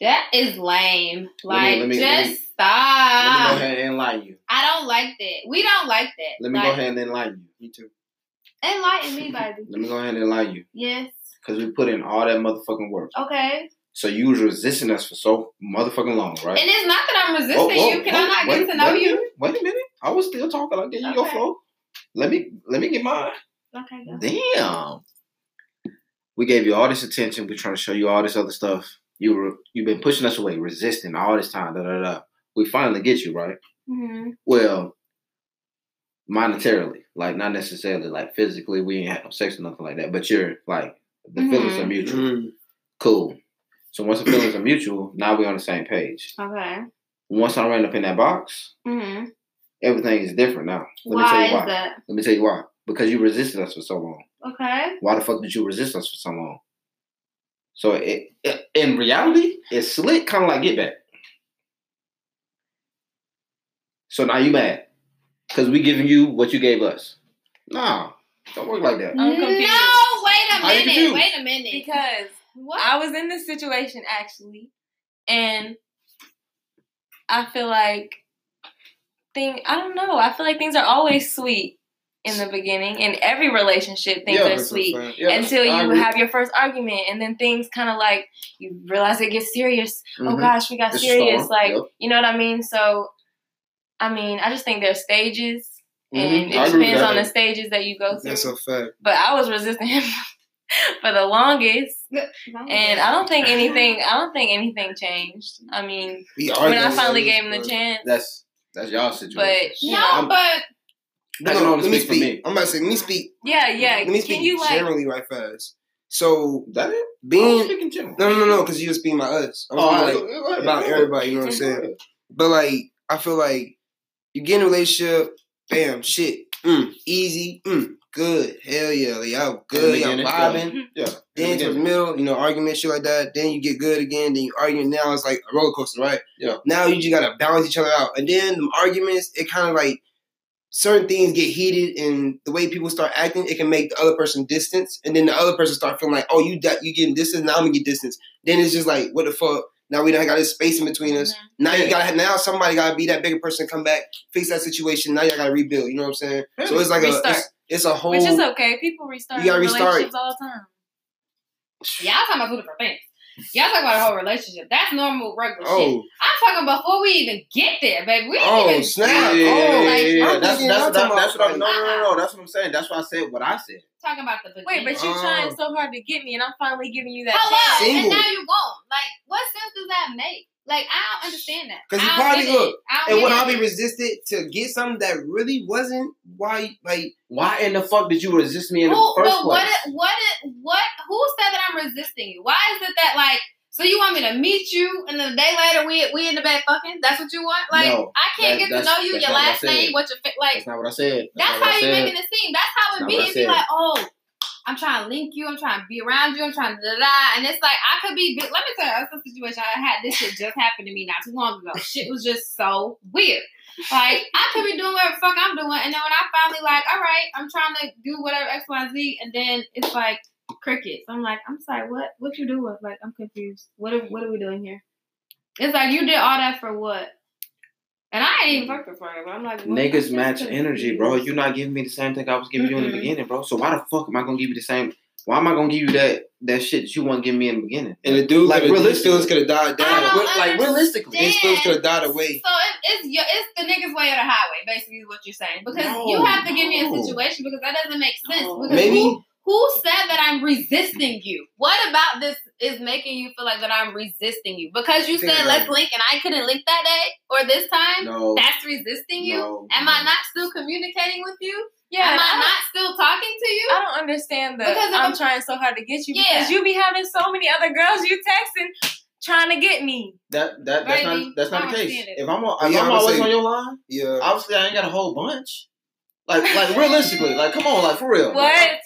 Speaker 2: that is lame.
Speaker 1: Let me-
Speaker 2: Like
Speaker 1: let me-
Speaker 2: just
Speaker 1: let me- Let me go
Speaker 2: stop.
Speaker 1: ahead and enlighten you.
Speaker 2: I don't like that. We don't like that.
Speaker 1: Let me
Speaker 2: like,
Speaker 1: go ahead and enlighten you.
Speaker 3: Me too.
Speaker 2: Enlighten me, baby.
Speaker 1: Let me go ahead and enlighten you
Speaker 2: yes.
Speaker 1: because we put in all that motherfucking work.
Speaker 2: Okay.
Speaker 1: So you was resisting us for so motherfucking long, right?
Speaker 2: And it's not that I'm resisting
Speaker 1: Whoa, whoa,
Speaker 2: you. Can
Speaker 1: whoa,
Speaker 2: I not
Speaker 1: wait-
Speaker 2: get to know
Speaker 1: wait a
Speaker 2: you?
Speaker 1: minute, wait a minute. I was still talking. I gave you your
Speaker 2: Okay.
Speaker 1: flow. Let me let me get mine.
Speaker 2: Okay. Go.
Speaker 1: Damn. We gave you all this attention. We're trying to show you all this other stuff. You were you've been pushing us away, resisting all this time. Da da da. We finally get you right.
Speaker 4: Mhm.
Speaker 1: Well, monetarily, like not necessarily like physically. We ain't had no sex or nothing like that. But you're like the feelings are
Speaker 2: Mm-hmm.
Speaker 1: mutual.
Speaker 3: Mm.
Speaker 1: Cool. So once the feelings are mutual, now we're on the same page.
Speaker 2: Okay.
Speaker 1: Once I ran up in that box,
Speaker 2: Mm-hmm.
Speaker 1: everything is different now. Let me tell
Speaker 2: Why
Speaker 1: you why.
Speaker 2: is that?
Speaker 1: Let me tell you why. Because you resisted us for so long.
Speaker 2: Okay.
Speaker 1: Why the fuck did you resist us for so long? So it, it in reality, it's slick, kind of like get back. So now you mad because we giving you what you gave us. Nah, don't work like that.
Speaker 4: I'm confused.
Speaker 2: No, wait a
Speaker 1: Are you
Speaker 2: minute.
Speaker 1: confused?
Speaker 2: Wait a minute.
Speaker 4: Because
Speaker 2: What?
Speaker 4: I was in this situation actually, and I feel like thing I don't know. I feel like things are always sweet in the beginning. In every relationship, things
Speaker 1: Yeah,
Speaker 4: are
Speaker 3: That's what I'm
Speaker 4: sweet
Speaker 3: saying.
Speaker 1: Yeah,
Speaker 4: until
Speaker 1: I
Speaker 4: you
Speaker 1: agree.
Speaker 4: have your first argument, and then things kind of like you realize it gets serious. Oh
Speaker 1: Mhm.
Speaker 4: gosh, we got
Speaker 1: It's a
Speaker 4: serious.
Speaker 1: storm,
Speaker 4: Like
Speaker 1: yep.
Speaker 4: you know what I mean? So, I mean, I just think there's stages. And
Speaker 3: Mm-hmm.
Speaker 1: Mhm. I
Speaker 4: it
Speaker 1: agree with
Speaker 4: depends
Speaker 1: that.
Speaker 4: on the stages that you go through.
Speaker 3: That's a fact.
Speaker 4: but I was resisting him *laughs* for the longest. And I don't think anything. I don't think anything changed. I mean,
Speaker 3: We are
Speaker 4: when I
Speaker 3: that
Speaker 4: finally
Speaker 3: way,
Speaker 4: gave him the
Speaker 3: but-
Speaker 4: chance,
Speaker 1: That's that's y'all situation.
Speaker 4: but
Speaker 2: No,
Speaker 1: I'm-
Speaker 2: but
Speaker 1: I can
Speaker 3: No,
Speaker 1: only
Speaker 3: let me
Speaker 1: speak for
Speaker 3: speak.
Speaker 1: me.
Speaker 3: I'm about to say, let me speak.
Speaker 4: yeah, yeah.
Speaker 3: Let me
Speaker 4: Can
Speaker 3: speak
Speaker 4: you like? Oh,
Speaker 3: generally right fast. So
Speaker 1: That it? I'm
Speaker 3: being
Speaker 1: speaking general.
Speaker 3: no, no, no, because you was speaking about us. I
Speaker 1: Mm.
Speaker 3: was
Speaker 1: Oh,
Speaker 3: speaking, like,
Speaker 1: I-
Speaker 3: about
Speaker 1: yeah.
Speaker 3: everybody. You know what I'm saying? But like, I feel like you get in a relationship, bam, shit, mm, easy, mm, good, hell yeah, like, y'all good, y'all
Speaker 1: beginning,
Speaker 3: vibing.
Speaker 1: Yeah.
Speaker 3: Then towards the middle, you know, argument, shit like that. Then you get good again. Then you argue. Now it's like a roller coaster, right?
Speaker 1: Yeah.
Speaker 3: Now you just gotta balance each other out. And then the arguments, it kind of like certain things get heated, and the way people start acting, it can make the other person distance, and then the other person start feeling like, oh, you di- you getting distance, now I'm gonna get distance. Then it's just like, what the fuck? Now we don't got this space in between us.
Speaker 4: Mm-hmm.
Speaker 3: Now you gotta now somebody gotta be that bigger person, come back, fix that situation. Now y'all gotta rebuild. You know what I'm saying? So it's like a
Speaker 4: Restart.
Speaker 3: it's, it's a whole.
Speaker 4: Which is okay. People restart.
Speaker 3: You gotta restart.
Speaker 4: relationships all the time.
Speaker 2: y'all talking about two different things. Y'all talking about a whole relationship. That's normal, regular shit.
Speaker 3: oh
Speaker 2: I'm talking before we even get there, baby. We ain't
Speaker 3: oh
Speaker 2: even.
Speaker 3: snap!
Speaker 1: Yeah,
Speaker 3: oh,
Speaker 1: yeah, yeah, yeah.
Speaker 3: I'm
Speaker 1: That's,
Speaker 3: thinking-
Speaker 1: that's,
Speaker 3: I'm
Speaker 1: that,
Speaker 3: talking
Speaker 1: that's what
Speaker 3: about,
Speaker 1: I'm. No, no, no, no. That's what I'm saying. That's why I said what I said.
Speaker 2: Talking about the
Speaker 4: Wait,
Speaker 2: beginning.
Speaker 4: but you
Speaker 3: Oh.
Speaker 4: trying so hard to get me, and I'm finally giving you that
Speaker 2: hello,
Speaker 4: chance.
Speaker 3: Single.
Speaker 2: and now you gone. Like, what sense does that make? Like, I don't understand that.
Speaker 3: 'Cause you
Speaker 2: I
Speaker 3: probably
Speaker 2: don't get it.
Speaker 3: look,
Speaker 2: I don't
Speaker 3: And
Speaker 2: get
Speaker 3: when I
Speaker 2: it.
Speaker 3: be resisted to get something that really wasn't why, like,
Speaker 1: Why in the fuck did you resist me in
Speaker 2: Who,
Speaker 1: the first
Speaker 2: but
Speaker 1: place?
Speaker 2: what? it- What? it- What? Who said that I'm resisting you? Why is it that like? So you want me to meet you, and then a day later we we in the bed fucking? That's what you want? Like
Speaker 1: No,
Speaker 2: I can't
Speaker 1: that-
Speaker 2: get to
Speaker 1: that's-
Speaker 2: know you,
Speaker 1: that's
Speaker 2: your
Speaker 1: not what I
Speaker 2: last
Speaker 1: said.
Speaker 2: name, what your fa- like.
Speaker 1: that's not what I said.
Speaker 2: That's,
Speaker 1: not what
Speaker 2: how
Speaker 1: I
Speaker 2: you
Speaker 1: saed.
Speaker 2: making it seem. That's how it be.
Speaker 1: That's not what I
Speaker 2: It be
Speaker 1: said.
Speaker 2: like, oh, I'm trying to link you. I'm trying to be around you. I'm trying to da da. da. And it's like I could be. Let me tell you, that's a situation I had. This shit just happened to me not too long ago. shit was just so weird. Like I could be doing whatever the fuck I'm doing, and then when I finally like, all right, I'm trying to do whatever X Y Z, and then it's like crickets. I'm like, I'm sorry, what? What you doing? Like I'm confused. What are What are we doing here? It's like you did all that for what? And I ain't even fucking for it. but I'm like, what? I'm
Speaker 1: Mm. Niggas
Speaker 2: just
Speaker 1: match energy, bro.
Speaker 2: confused.
Speaker 1: You're not giving me the same thing I was giving you in the
Speaker 2: Mm-mm.
Speaker 1: beginning, bro. So why the fuck am I gonna give you the same? Why am I gonna give you that that shit that you want to give me in the beginning?
Speaker 3: And the dude,
Speaker 1: Like,
Speaker 3: like, really,
Speaker 1: realistically.
Speaker 3: feelings could have died
Speaker 2: I don't
Speaker 3: down.
Speaker 1: But, like, realistically,
Speaker 3: These feelings could have died away.
Speaker 2: So it, it's your, it's the niggas' way or the highway, basically, is what you're saying. Because
Speaker 1: No,
Speaker 2: you have to give me a
Speaker 1: no.
Speaker 2: situation because that doesn't make sense.
Speaker 6: No.
Speaker 2: Because
Speaker 3: Maybe
Speaker 2: who, who said that I'm resisting you? What about this is making you feel like that I'm resisting you? Because you
Speaker 1: Think
Speaker 2: said
Speaker 1: about
Speaker 2: let's link and I couldn't link that day or this time.
Speaker 1: No,
Speaker 2: That's resisting you.
Speaker 1: no,
Speaker 2: Am
Speaker 1: no.
Speaker 2: I not still communicating with you?
Speaker 4: Yeah,
Speaker 2: Am I
Speaker 4: I
Speaker 2: not still talking to you?
Speaker 4: I don't understand the
Speaker 2: Because if
Speaker 4: I'm
Speaker 2: I'm-
Speaker 4: trying so hard to get you
Speaker 2: Yeah.
Speaker 4: because you be having so many other girls you texting trying to get me.
Speaker 1: That that that's
Speaker 2: Brady,
Speaker 1: not that's
Speaker 2: I
Speaker 1: not
Speaker 2: don't
Speaker 1: the case.
Speaker 2: understand it.
Speaker 1: If I'm on, if
Speaker 3: Yeah,
Speaker 1: I'm
Speaker 3: I'm
Speaker 1: always
Speaker 3: saying-
Speaker 1: on your line,
Speaker 3: yeah.
Speaker 1: obviously I ain't got a whole bunch. Like
Speaker 2: *laughs*
Speaker 1: like realistically, like come on, like for real. Like,
Speaker 4: What?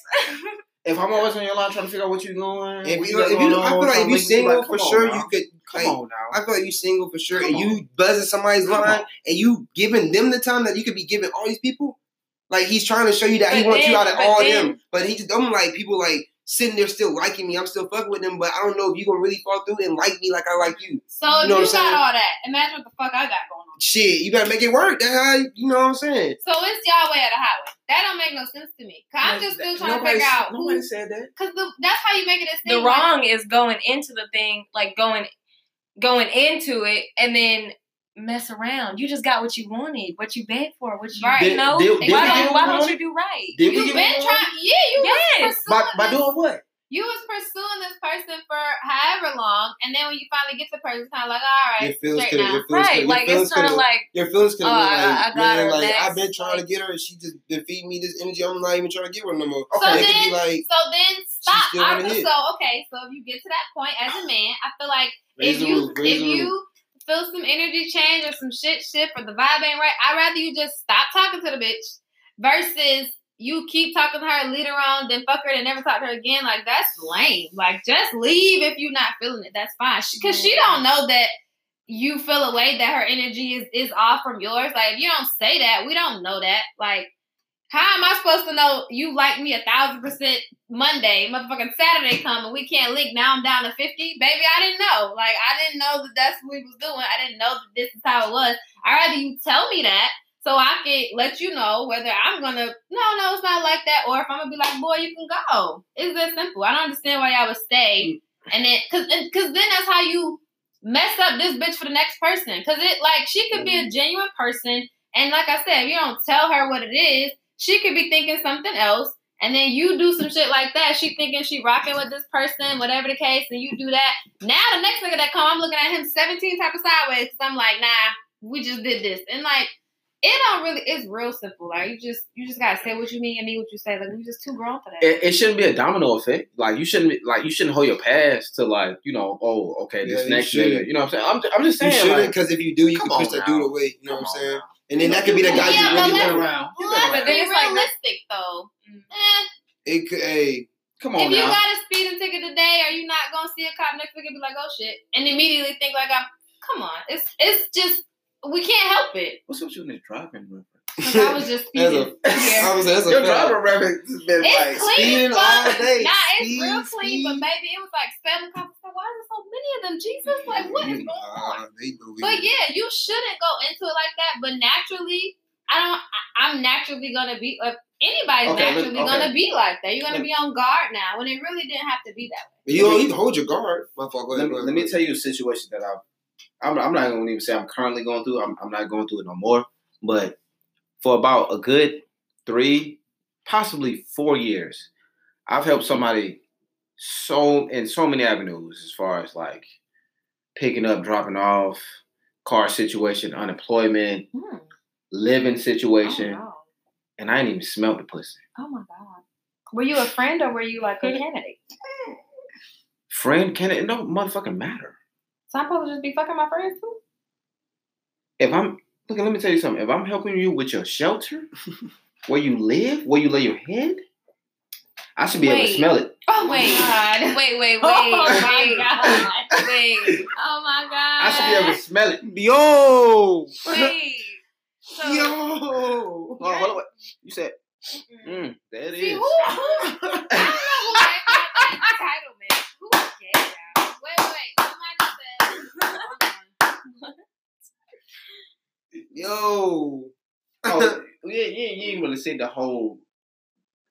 Speaker 1: if I'm always on your line trying to figure out what you're going,
Speaker 3: If
Speaker 1: what
Speaker 3: you,
Speaker 1: got
Speaker 3: if you,
Speaker 1: going
Speaker 3: I feel
Speaker 1: on,
Speaker 3: like if
Speaker 1: something
Speaker 3: you single
Speaker 1: like,
Speaker 3: for
Speaker 1: come on
Speaker 3: sure,
Speaker 1: now.
Speaker 3: you could.
Speaker 1: come
Speaker 3: like,
Speaker 1: on now.
Speaker 3: I feel like you single for sure,
Speaker 1: Come
Speaker 3: and you buzzing somebody's
Speaker 1: Come
Speaker 3: line, and you giving them the time that you could be giving all these people. Like he's trying to show you that he
Speaker 4: But
Speaker 3: wants you
Speaker 4: then-
Speaker 3: out of
Speaker 4: but
Speaker 3: all
Speaker 4: then-
Speaker 3: them, but he just I'm like people like sitting there still liking me. I'm still fucking with them, but I don't know if you gonna really fall through and like me like I like you.
Speaker 2: So if
Speaker 3: You know
Speaker 2: you
Speaker 3: what I'm
Speaker 2: got
Speaker 3: saying?
Speaker 2: all that, imagine what the fuck I got going on.
Speaker 3: Shit, you gotta make it work. That's how you you know what I'm saying.
Speaker 2: So it's y'all way or the highway. That don't make no sense to me. Cause I'm just still trying to figure out who.
Speaker 1: said that.
Speaker 2: Cause the, that's how you make it a
Speaker 4: the
Speaker 2: thing.
Speaker 4: wrong is going into the thing, like going going into it and then mess around. You just got what you wanted, what you begged for, what you
Speaker 2: Right.
Speaker 4: you know.
Speaker 1: Did-
Speaker 2: did
Speaker 4: why
Speaker 2: we
Speaker 4: don't
Speaker 2: do
Speaker 4: why
Speaker 1: it
Speaker 4: don't
Speaker 1: wrong?
Speaker 4: you do right?
Speaker 1: Did we
Speaker 2: You've
Speaker 1: give
Speaker 2: been
Speaker 1: him
Speaker 2: trying. Yeah, you was
Speaker 4: Yes.
Speaker 1: by,
Speaker 2: pursuing
Speaker 1: by
Speaker 2: this.
Speaker 1: doing what?
Speaker 2: You was pursuing this person for however long, and then when you finally get the person, it's kind of like, all
Speaker 3: Your
Speaker 2: right,
Speaker 3: feelings
Speaker 2: straighten
Speaker 3: coulda- your
Speaker 2: out.
Speaker 3: feelings coulda-
Speaker 4: Right.
Speaker 3: your
Speaker 4: Like
Speaker 3: feelings
Speaker 4: it's kinda
Speaker 3: coulda-
Speaker 4: like
Speaker 3: Your feelings could
Speaker 4: Oh,
Speaker 3: have been
Speaker 4: I-
Speaker 3: like,
Speaker 4: I gotta
Speaker 3: man, like
Speaker 4: relax.
Speaker 3: I've been trying to get her, and she just been feeding me this energy. I'm not even trying to give her no more.
Speaker 2: So
Speaker 3: it could
Speaker 2: then-
Speaker 3: be like,
Speaker 2: So then stop.
Speaker 3: still
Speaker 2: I
Speaker 3: wanna
Speaker 2: was
Speaker 3: hit.
Speaker 2: so okay. So if you get to that point as a man, I feel like
Speaker 3: raise
Speaker 2: if
Speaker 3: the
Speaker 2: you
Speaker 3: roof, raise
Speaker 2: if
Speaker 3: the roof.
Speaker 2: you feel some energy change or some shit shift or the vibe ain't right, I'd rather you just stop talking to the bitch versus you keep talking to her later on, then fuck her and never talk to her again. Like that's lame. Like just leave if you're not feeling it. That's fine. She, Cause she don't know that you feel a way that her energy is is off from yours. Like if you don't say that, we don't know that. Like how am I supposed to know you like me a thousand percent Monday, motherfucking Saturday come and we can't link. Now I'm down to 50. Baby, I didn't know. Like, I didn't know that that's what we was doing. I didn't know that this is how it was. I'd rather you tell me that so I can let you know whether I'm going to, no, no, it's not like that. Or if I'm going to be like, boy, you can go. It's that simple. I don't understand why y'all would stay. And then, cause, and- cause then that's how you mess up this bitch for the next person. Cause it, like, she could be a
Speaker 4: Mm.
Speaker 2: genuine person. And like I said, if you don't tell her what it is, she could be thinking something else. And then you do some shit like that. She thinking she rocking with this person, whatever the case, and you do that. Now the next nigga that come, I'm looking at him 17 type of sideways because I'm like, nah, we just did this. And like, it don't really. It's real simple. Like you just you just gotta say what you mean and mean what you say. Like we just too grown for that.
Speaker 1: It, it shouldn't be a domino effect. Like you shouldn't be, like you shouldn't hold your past to like you know oh okay this
Speaker 3: Yeah, you
Speaker 1: next nigga
Speaker 3: shouldn't.
Speaker 1: you know what I'm saying I'm, I'm just
Speaker 3: You
Speaker 1: saying
Speaker 3: shouldn't,
Speaker 1: like,
Speaker 3: because if you do, you
Speaker 1: Come
Speaker 3: can
Speaker 1: on
Speaker 3: push that
Speaker 1: now.
Speaker 3: dude away. You know what
Speaker 1: Come
Speaker 3: I'm
Speaker 1: on
Speaker 3: saying? And then that could be the guy
Speaker 2: Yeah,
Speaker 3: you
Speaker 2: but
Speaker 3: really
Speaker 2: let's-
Speaker 3: want around.
Speaker 6: around.
Speaker 1: you
Speaker 2: Let's
Speaker 1: better-
Speaker 4: But
Speaker 2: be
Speaker 4: then it's like-
Speaker 2: realistic though. Eh,
Speaker 3: It could, hey,
Speaker 1: come
Speaker 2: if
Speaker 1: on
Speaker 2: you
Speaker 1: now
Speaker 2: got a speeding ticket today, are you not gonna see a cop next week and be like, oh shit, and immediately think like, I'm, come on, it's it's just we can't help it.
Speaker 1: what's up with you in the driving room?
Speaker 2: Like, I was
Speaker 1: *laughs*
Speaker 2: just
Speaker 3: That's
Speaker 2: speeding.
Speaker 3: a-
Speaker 2: Yeah.
Speaker 3: I was *laughs* that's a
Speaker 1: Your
Speaker 3: fact.
Speaker 1: driver reference has been like
Speaker 2: It's clean
Speaker 3: speeding
Speaker 2: as fuck.
Speaker 3: all day.
Speaker 2: Nah, it's
Speaker 3: Speed,
Speaker 2: real clean, but
Speaker 3: speed.
Speaker 2: baby, it was like seven cops. So why is there so many of them? Jesus, like what is going on?
Speaker 3: Ah, they believe
Speaker 2: But
Speaker 3: it.
Speaker 2: yeah, you shouldn't go into it like that. But naturally, I don't. I, I'm naturally gonna be. Uh, anybody's
Speaker 1: Okay, let-
Speaker 2: naturally
Speaker 1: okay.
Speaker 2: gonna be like that. You're gonna
Speaker 1: Let-
Speaker 2: be on guard now when it really didn't have to be that. way.
Speaker 3: But you don't even hold your guard. My fault. Go
Speaker 1: let me,
Speaker 3: ahead, go
Speaker 1: let
Speaker 3: ahead.
Speaker 1: me tell you a situation that I've, I'm, I'm not going to even say I'm currently going through. I'm, I'm not going through it no more. But for about a good three, possibly four years, I've helped somebody so in so many avenues as far as like picking up, dropping off, car situation, unemployment, living situation, and I ain't even smelled the pussy.
Speaker 2: Oh my god. Were you a friend or were you like *laughs* a candidate?
Speaker 1: Friend, can it? No motherfucking matter.
Speaker 2: Some people just be fucking my friends too.
Speaker 1: if I'm look, let me tell you something. If I'm helping you with your shelter, where you live, where you lay your head, I should be able to
Speaker 4: Wait.
Speaker 1: smell it.
Speaker 2: Oh
Speaker 4: Wait.
Speaker 2: my god.
Speaker 4: Wait, wait, wait,
Speaker 2: *laughs* oh my
Speaker 4: wait,
Speaker 2: god.
Speaker 4: wait,
Speaker 2: Oh my god.
Speaker 1: I should be
Speaker 4: uh,
Speaker 1: able to smell it.
Speaker 3: Yo,
Speaker 4: wait. So
Speaker 3: yo.
Speaker 1: Hold on, hold on, wait. You said,
Speaker 4: Mm-mm.
Speaker 1: mm, there it
Speaker 2: See,
Speaker 1: is.
Speaker 2: who, who, I don't know who gave that man entitlement. Who gave that? Wait, wait, somebody said.
Speaker 3: Yo.
Speaker 1: Oh, yeah, yeah, you ain't really see the whole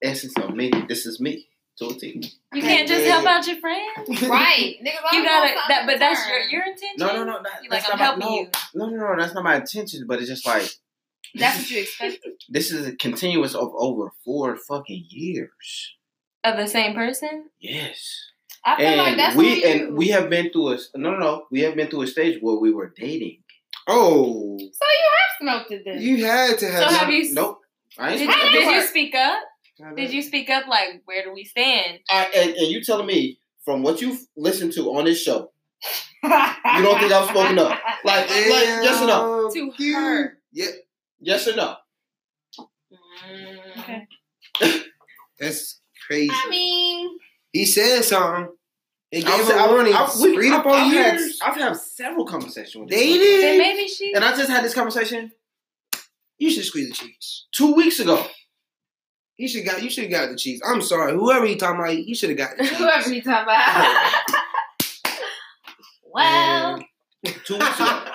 Speaker 1: essence of me. This is me. to a T.
Speaker 4: You can't just help out your friend.
Speaker 2: Right. Niggas
Speaker 4: You
Speaker 2: always
Speaker 4: gotta
Speaker 2: want something
Speaker 4: that,
Speaker 2: in
Speaker 4: but that's your
Speaker 2: return.
Speaker 4: your intention.
Speaker 1: No, no, no. Not,
Speaker 4: You
Speaker 1: that's
Speaker 4: like I'm
Speaker 1: not
Speaker 4: helping
Speaker 1: my, no,
Speaker 4: you.
Speaker 1: No, no, no. That's not my intention. But it's just like
Speaker 2: That's what you expect.
Speaker 1: this is a continuous of over four fucking years.
Speaker 4: Of the same person.
Speaker 1: Yes.
Speaker 2: *laughs* I feel
Speaker 1: And
Speaker 2: like that's
Speaker 1: we
Speaker 2: on you.
Speaker 1: and we have been through a no, no, no. We have been through a stage where we were dating.
Speaker 3: *laughs* Oh,
Speaker 2: So you have smoked it then. *laughs*
Speaker 3: you had to
Speaker 4: So
Speaker 3: have.
Speaker 4: have you?
Speaker 1: Nope. I
Speaker 4: Did,
Speaker 1: ain't.
Speaker 4: did
Speaker 2: How that
Speaker 4: you
Speaker 2: work?
Speaker 4: speak up? Did you speak up? Like, where do we stand?
Speaker 1: I, and, and you telling me from what you've listened to on this show, you don't think I'm smoking up? Like, like yes or no?
Speaker 4: To
Speaker 3: you.
Speaker 4: her.
Speaker 3: Yeah,
Speaker 1: Yes or no?
Speaker 2: Mm.
Speaker 4: Okay.
Speaker 3: that's crazy.
Speaker 2: I mean,
Speaker 3: he said something. It gave
Speaker 1: saying-
Speaker 3: a warning.
Speaker 1: we-
Speaker 3: Read up
Speaker 1: I've
Speaker 3: on
Speaker 1: had-
Speaker 3: years.
Speaker 1: I've had several conversations with
Speaker 3: They
Speaker 1: this woman.
Speaker 4: Then
Speaker 3: did.
Speaker 4: maybe she.
Speaker 1: and I just had this conversation
Speaker 3: You should squeeze the cheeks.
Speaker 1: two weeks ago.
Speaker 3: You should got. You should have got the cheeks. I'm sorry. Whoever you talking about, you should have got the cheeks.
Speaker 2: whoever you talking about.
Speaker 1: *laughs*
Speaker 2: well,
Speaker 1: Two weeks
Speaker 3: *laughs*
Speaker 1: ago.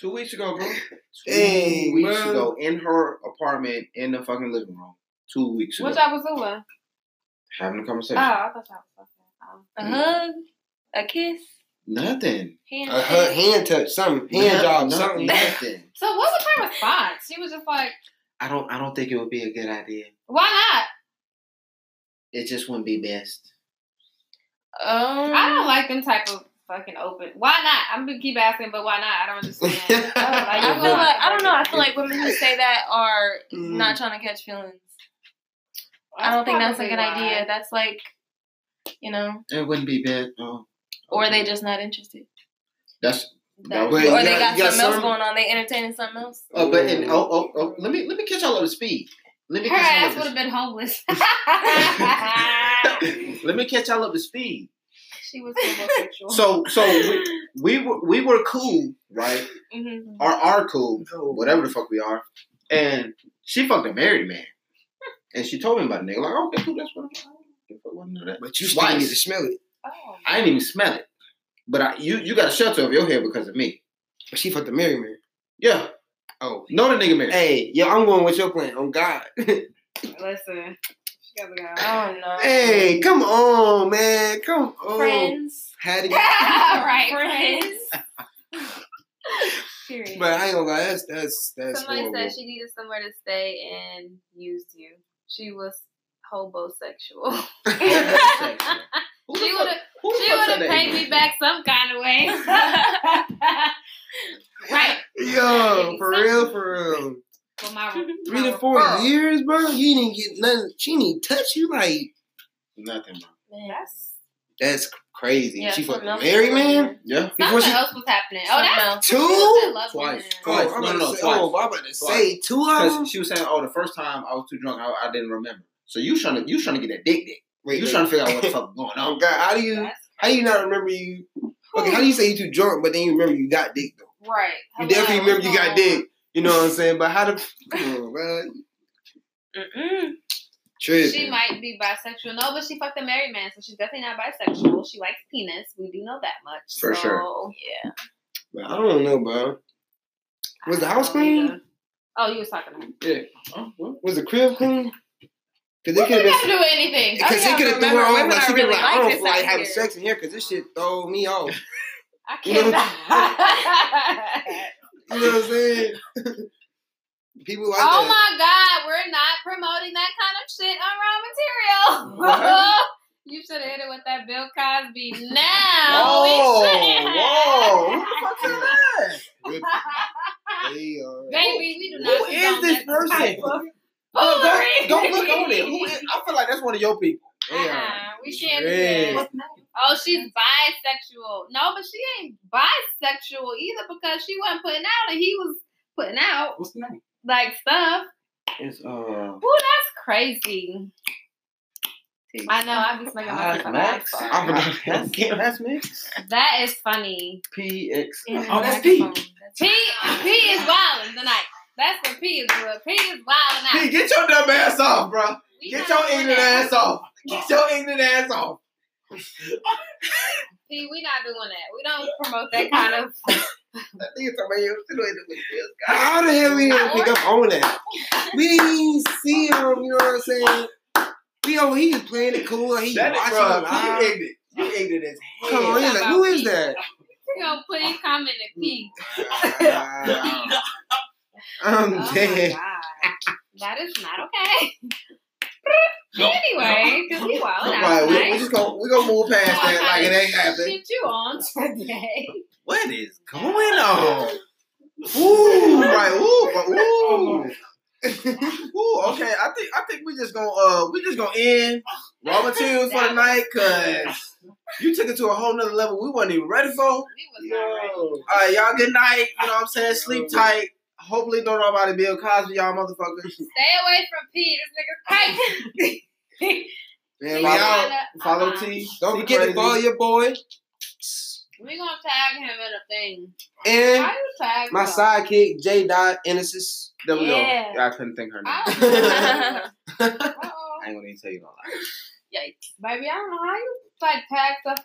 Speaker 1: two weeks ago, bro. Two
Speaker 3: Hey,
Speaker 1: weeks
Speaker 3: bro.
Speaker 1: ago in her apartment in the fucking living room. Two weeks ago.
Speaker 2: what y'all was doing?
Speaker 1: having a
Speaker 2: Oh,
Speaker 1: conversation.
Speaker 2: I thought y'all was fucking. Oh.
Speaker 4: a
Speaker 1: Mm.
Speaker 4: hug, a kiss,
Speaker 1: Nothing.
Speaker 4: hand.
Speaker 3: A hu- hand touch, something, hand
Speaker 1: Not-
Speaker 3: job,
Speaker 1: not-
Speaker 3: something.
Speaker 1: Nothing.
Speaker 2: So what was her response? She was just like,
Speaker 1: I don't. I don't think it would be a good idea.
Speaker 2: "Why
Speaker 1: It just wouldn't be best.
Speaker 4: Um,
Speaker 2: not? I don't like them type of fucking open. Why not? I'm gonna keep asking, but why not? I don't understand.
Speaker 4: I
Speaker 2: you
Speaker 4: feel
Speaker 2: want-
Speaker 4: like I don't know. I feel like women who say that are
Speaker 1: Mm.
Speaker 3: Mm-hmm.
Speaker 4: not trying to catch feelings. I don't think that's a
Speaker 2: probably
Speaker 4: good
Speaker 2: why.
Speaker 4: idea. That's like, you know,
Speaker 1: It wouldn't be bad. No.
Speaker 4: or they just not interested.
Speaker 1: That's.
Speaker 4: That-
Speaker 1: Wait,
Speaker 4: or
Speaker 1: you
Speaker 4: they
Speaker 1: got-
Speaker 4: got,
Speaker 3: you got
Speaker 4: something else
Speaker 3: some-
Speaker 4: going on. They entertaining something else.
Speaker 1: Oh, but and, oh, oh, oh, let me let me catch y'all up to speed. Let me
Speaker 2: Her
Speaker 1: catch y'all
Speaker 2: ass
Speaker 1: up
Speaker 2: would
Speaker 1: to
Speaker 2: have been homeless.
Speaker 1: Let me catch y'all up
Speaker 2: *laughs*
Speaker 1: to speed.
Speaker 2: she was homosexual.
Speaker 1: So so we, we were we were cool, right?
Speaker 4: Mhm.
Speaker 1: Or are cool, whatever the fuck we are. And she fucked a married man, and she told me about it. Nigga, like okay, cool, that's what. I'm- I don't give a fuck what none of that.
Speaker 3: But you still
Speaker 1: Twice.
Speaker 3: need to smell it.
Speaker 2: oh.
Speaker 1: I didn't even smell it, but I, you you got a shelter over your head because of me.
Speaker 3: But she fucked the Mary man.
Speaker 1: Yeah,
Speaker 3: Oh.
Speaker 1: no, the nigga *laughs* married.
Speaker 3: Hey, yo, I'm going with your plan. On God.
Speaker 2: Listen, she gotta go.
Speaker 4: I don't know.
Speaker 3: hey, come on, man. Come on. *laughs*
Speaker 4: friends, *laughs*
Speaker 3: Had to
Speaker 2: Yeah, right.
Speaker 4: friends.
Speaker 2: Period.
Speaker 3: But I ain't gonna lie, that's that's that's
Speaker 2: Somebody
Speaker 3: horrible.
Speaker 2: said she needed somewhere to stay and used you. She was hobosexual.
Speaker 1: Who the
Speaker 2: she
Speaker 1: fuck-
Speaker 2: would have
Speaker 1: who the
Speaker 2: she would
Speaker 1: fuck said
Speaker 2: have
Speaker 1: that
Speaker 2: paid
Speaker 1: email?
Speaker 2: me back some kind of
Speaker 3: *laughs*
Speaker 2: way. right.
Speaker 3: Yo, for real, for real.
Speaker 2: For my,
Speaker 3: Three
Speaker 2: my
Speaker 3: to four
Speaker 2: referral.
Speaker 3: years, bro. You didn't get nothing. She didn't touch you like
Speaker 1: Nothing, bro.
Speaker 2: That's
Speaker 3: that's crazy.
Speaker 4: Yeah,
Speaker 3: she fucking
Speaker 4: something else
Speaker 3: married
Speaker 4: going on.
Speaker 3: man.
Speaker 1: Yeah.
Speaker 3: Before
Speaker 2: something
Speaker 3: she-
Speaker 2: else was happening. Oh, that's
Speaker 3: Two?
Speaker 2: she was in love
Speaker 1: Twice.
Speaker 2: with him.
Speaker 1: Twice.
Speaker 3: Oh, I'm
Speaker 1: No, no,
Speaker 3: about to
Speaker 1: no,
Speaker 3: say,
Speaker 1: twice.
Speaker 3: oh, I'm about to
Speaker 1: Twice.
Speaker 3: say two of them.
Speaker 1: Because she was saying, "Oh, the first time I was too drunk, I, I didn't remember." So you trying to you trying to get that dick dick?
Speaker 3: Wait,
Speaker 1: you
Speaker 3: wait.
Speaker 1: trying to figure out what the fuck going
Speaker 3: Oh
Speaker 1: on?
Speaker 3: God, how do you
Speaker 2: That's
Speaker 3: how do you not remember you? Okay, how do you say you too drunk, but then you remember you got dick though?
Speaker 2: right.
Speaker 3: You
Speaker 2: Hello,
Speaker 3: definitely remember you
Speaker 2: hello.
Speaker 3: got dick. You know what I'm saying? But how to come on, bro?
Speaker 4: Mm-mm.
Speaker 3: Tripping.
Speaker 2: She might be bisexual. No, but she fucked a married man, so she's definitely not bisexual. She likes penis. We do know that much.
Speaker 1: For
Speaker 2: so,
Speaker 1: sure.
Speaker 2: Yeah.
Speaker 3: But I don't know, bro. Was the
Speaker 2: I don't
Speaker 3: house
Speaker 2: know
Speaker 3: clean?
Speaker 2: either. Oh, you was talking to her.
Speaker 1: *laughs* Oh, well.
Speaker 3: Was the crib clean? Because they
Speaker 2: We
Speaker 3: could
Speaker 2: didn't have
Speaker 3: have
Speaker 2: to do
Speaker 3: *laughs*
Speaker 2: anything. Oh,
Speaker 3: because
Speaker 4: I
Speaker 3: he could have threw
Speaker 4: remember
Speaker 3: her off.
Speaker 4: women
Speaker 3: Like
Speaker 4: are
Speaker 3: she
Speaker 4: really
Speaker 3: been like, I
Speaker 4: like
Speaker 3: don't
Speaker 4: this
Speaker 3: feel like
Speaker 4: out
Speaker 3: having
Speaker 4: here.
Speaker 3: sex in here because this shit throw me off.
Speaker 2: I
Speaker 3: You
Speaker 2: *laughs*
Speaker 3: know- *laughs*
Speaker 2: can't. *laughs*
Speaker 3: You know what I'm saying? *laughs* People like
Speaker 2: oh
Speaker 3: that.
Speaker 2: my God, we're not promoting that kind of shit on raw material.
Speaker 1: What?
Speaker 2: *laughs* you should have hit it with that Bill Cosby now.
Speaker 1: Whoa, whoa!
Speaker 2: we
Speaker 1: Who the fuck said that?
Speaker 3: Rip- They are.
Speaker 2: Baby, we do not.
Speaker 1: Who is
Speaker 2: condone
Speaker 1: this
Speaker 2: that type
Speaker 1: person?
Speaker 2: of
Speaker 1: No,
Speaker 2: foolery.
Speaker 1: Oh, don't, don't look on it. Who is, I feel like that's one of your
Speaker 2: *laughs*
Speaker 1: people.
Speaker 3: They are.
Speaker 2: Uh-uh, we can't do
Speaker 3: red.
Speaker 2: that. Oh, she's bisexual. No, but she ain't bisexual either because she wasn't putting out and he was putting out
Speaker 6: What's the name?
Speaker 2: like stuff.
Speaker 1: It's uh.
Speaker 2: Ooh, that's crazy. I know. I be smoking my fucking
Speaker 1: Max.
Speaker 2: eyes
Speaker 3: I'm
Speaker 2: out.
Speaker 3: not-
Speaker 1: That's that's Max.
Speaker 2: That is funny.
Speaker 1: P X.
Speaker 4: In the
Speaker 1: Oh, that's P.
Speaker 4: microphone.
Speaker 2: P P is wilding tonight. That's what P is doing. P is wilding out.
Speaker 1: P, get your dumb ass off, bro.
Speaker 2: We not
Speaker 1: Get your
Speaker 2: doing
Speaker 1: ignorant
Speaker 2: that.
Speaker 1: ass off. Get your ignorant ass off.
Speaker 2: P, we not doing that. We don't promote that kind of. *laughs*
Speaker 1: That nigga talking about you. She doing it with this guy.
Speaker 3: How the hell we didn't pick up on that? We didn't even see him, you know what I'm saying? We
Speaker 1: He over he just playing it cool. Like he
Speaker 3: That is,
Speaker 1: watching
Speaker 3: bro,
Speaker 1: live.
Speaker 3: you ignorant. You ignorant as
Speaker 1: Come on,
Speaker 3: hell.
Speaker 1: yeah, like, who is that?
Speaker 2: Yo, please comment and peek.
Speaker 3: *laughs*
Speaker 1: Ah, I'm
Speaker 2: Oh my
Speaker 1: dead.
Speaker 2: god. That is not okay. anyway, because we wild
Speaker 3: Right,
Speaker 2: out
Speaker 3: we, we
Speaker 2: tonight.
Speaker 3: just gonna we gonna move past that like it ain't happened.
Speaker 2: Shit you on today. *laughs*
Speaker 3: What is going on? Ooh, right, ooh, but ooh. *laughs* Ooh, okay. I think I think we just gonna uh we just gonna end raw materials for the night cause you took it to a whole nother level we weren't even ready
Speaker 2: We
Speaker 3: for.
Speaker 2: was not ready.
Speaker 3: All right, y'all. Good night. You know what I'm saying? Sleep tight. Hopefully, don't nobody Bill Cosby, y'all motherfuckers.
Speaker 2: Stay away from P. This nigga
Speaker 1: Man,
Speaker 2: crazy.
Speaker 1: we out.
Speaker 3: Follow
Speaker 2: uh-huh.
Speaker 3: T.
Speaker 1: Don't
Speaker 3: Be
Speaker 1: forget to
Speaker 3: crazy.
Speaker 1: follow your boy
Speaker 2: We gonna tag him in a thing.
Speaker 1: and
Speaker 2: Why you tag
Speaker 1: my
Speaker 2: him?
Speaker 1: sidekick J. Dot Innocence.
Speaker 3: There we
Speaker 2: Yeah.
Speaker 3: go. I couldn't think her name.
Speaker 2: I
Speaker 3: I
Speaker 2: don't know. Ah. Uh-oh.
Speaker 3: ain't gonna even tell you no lie.
Speaker 2: Yikes. Baby, I don't know how you like tag stuff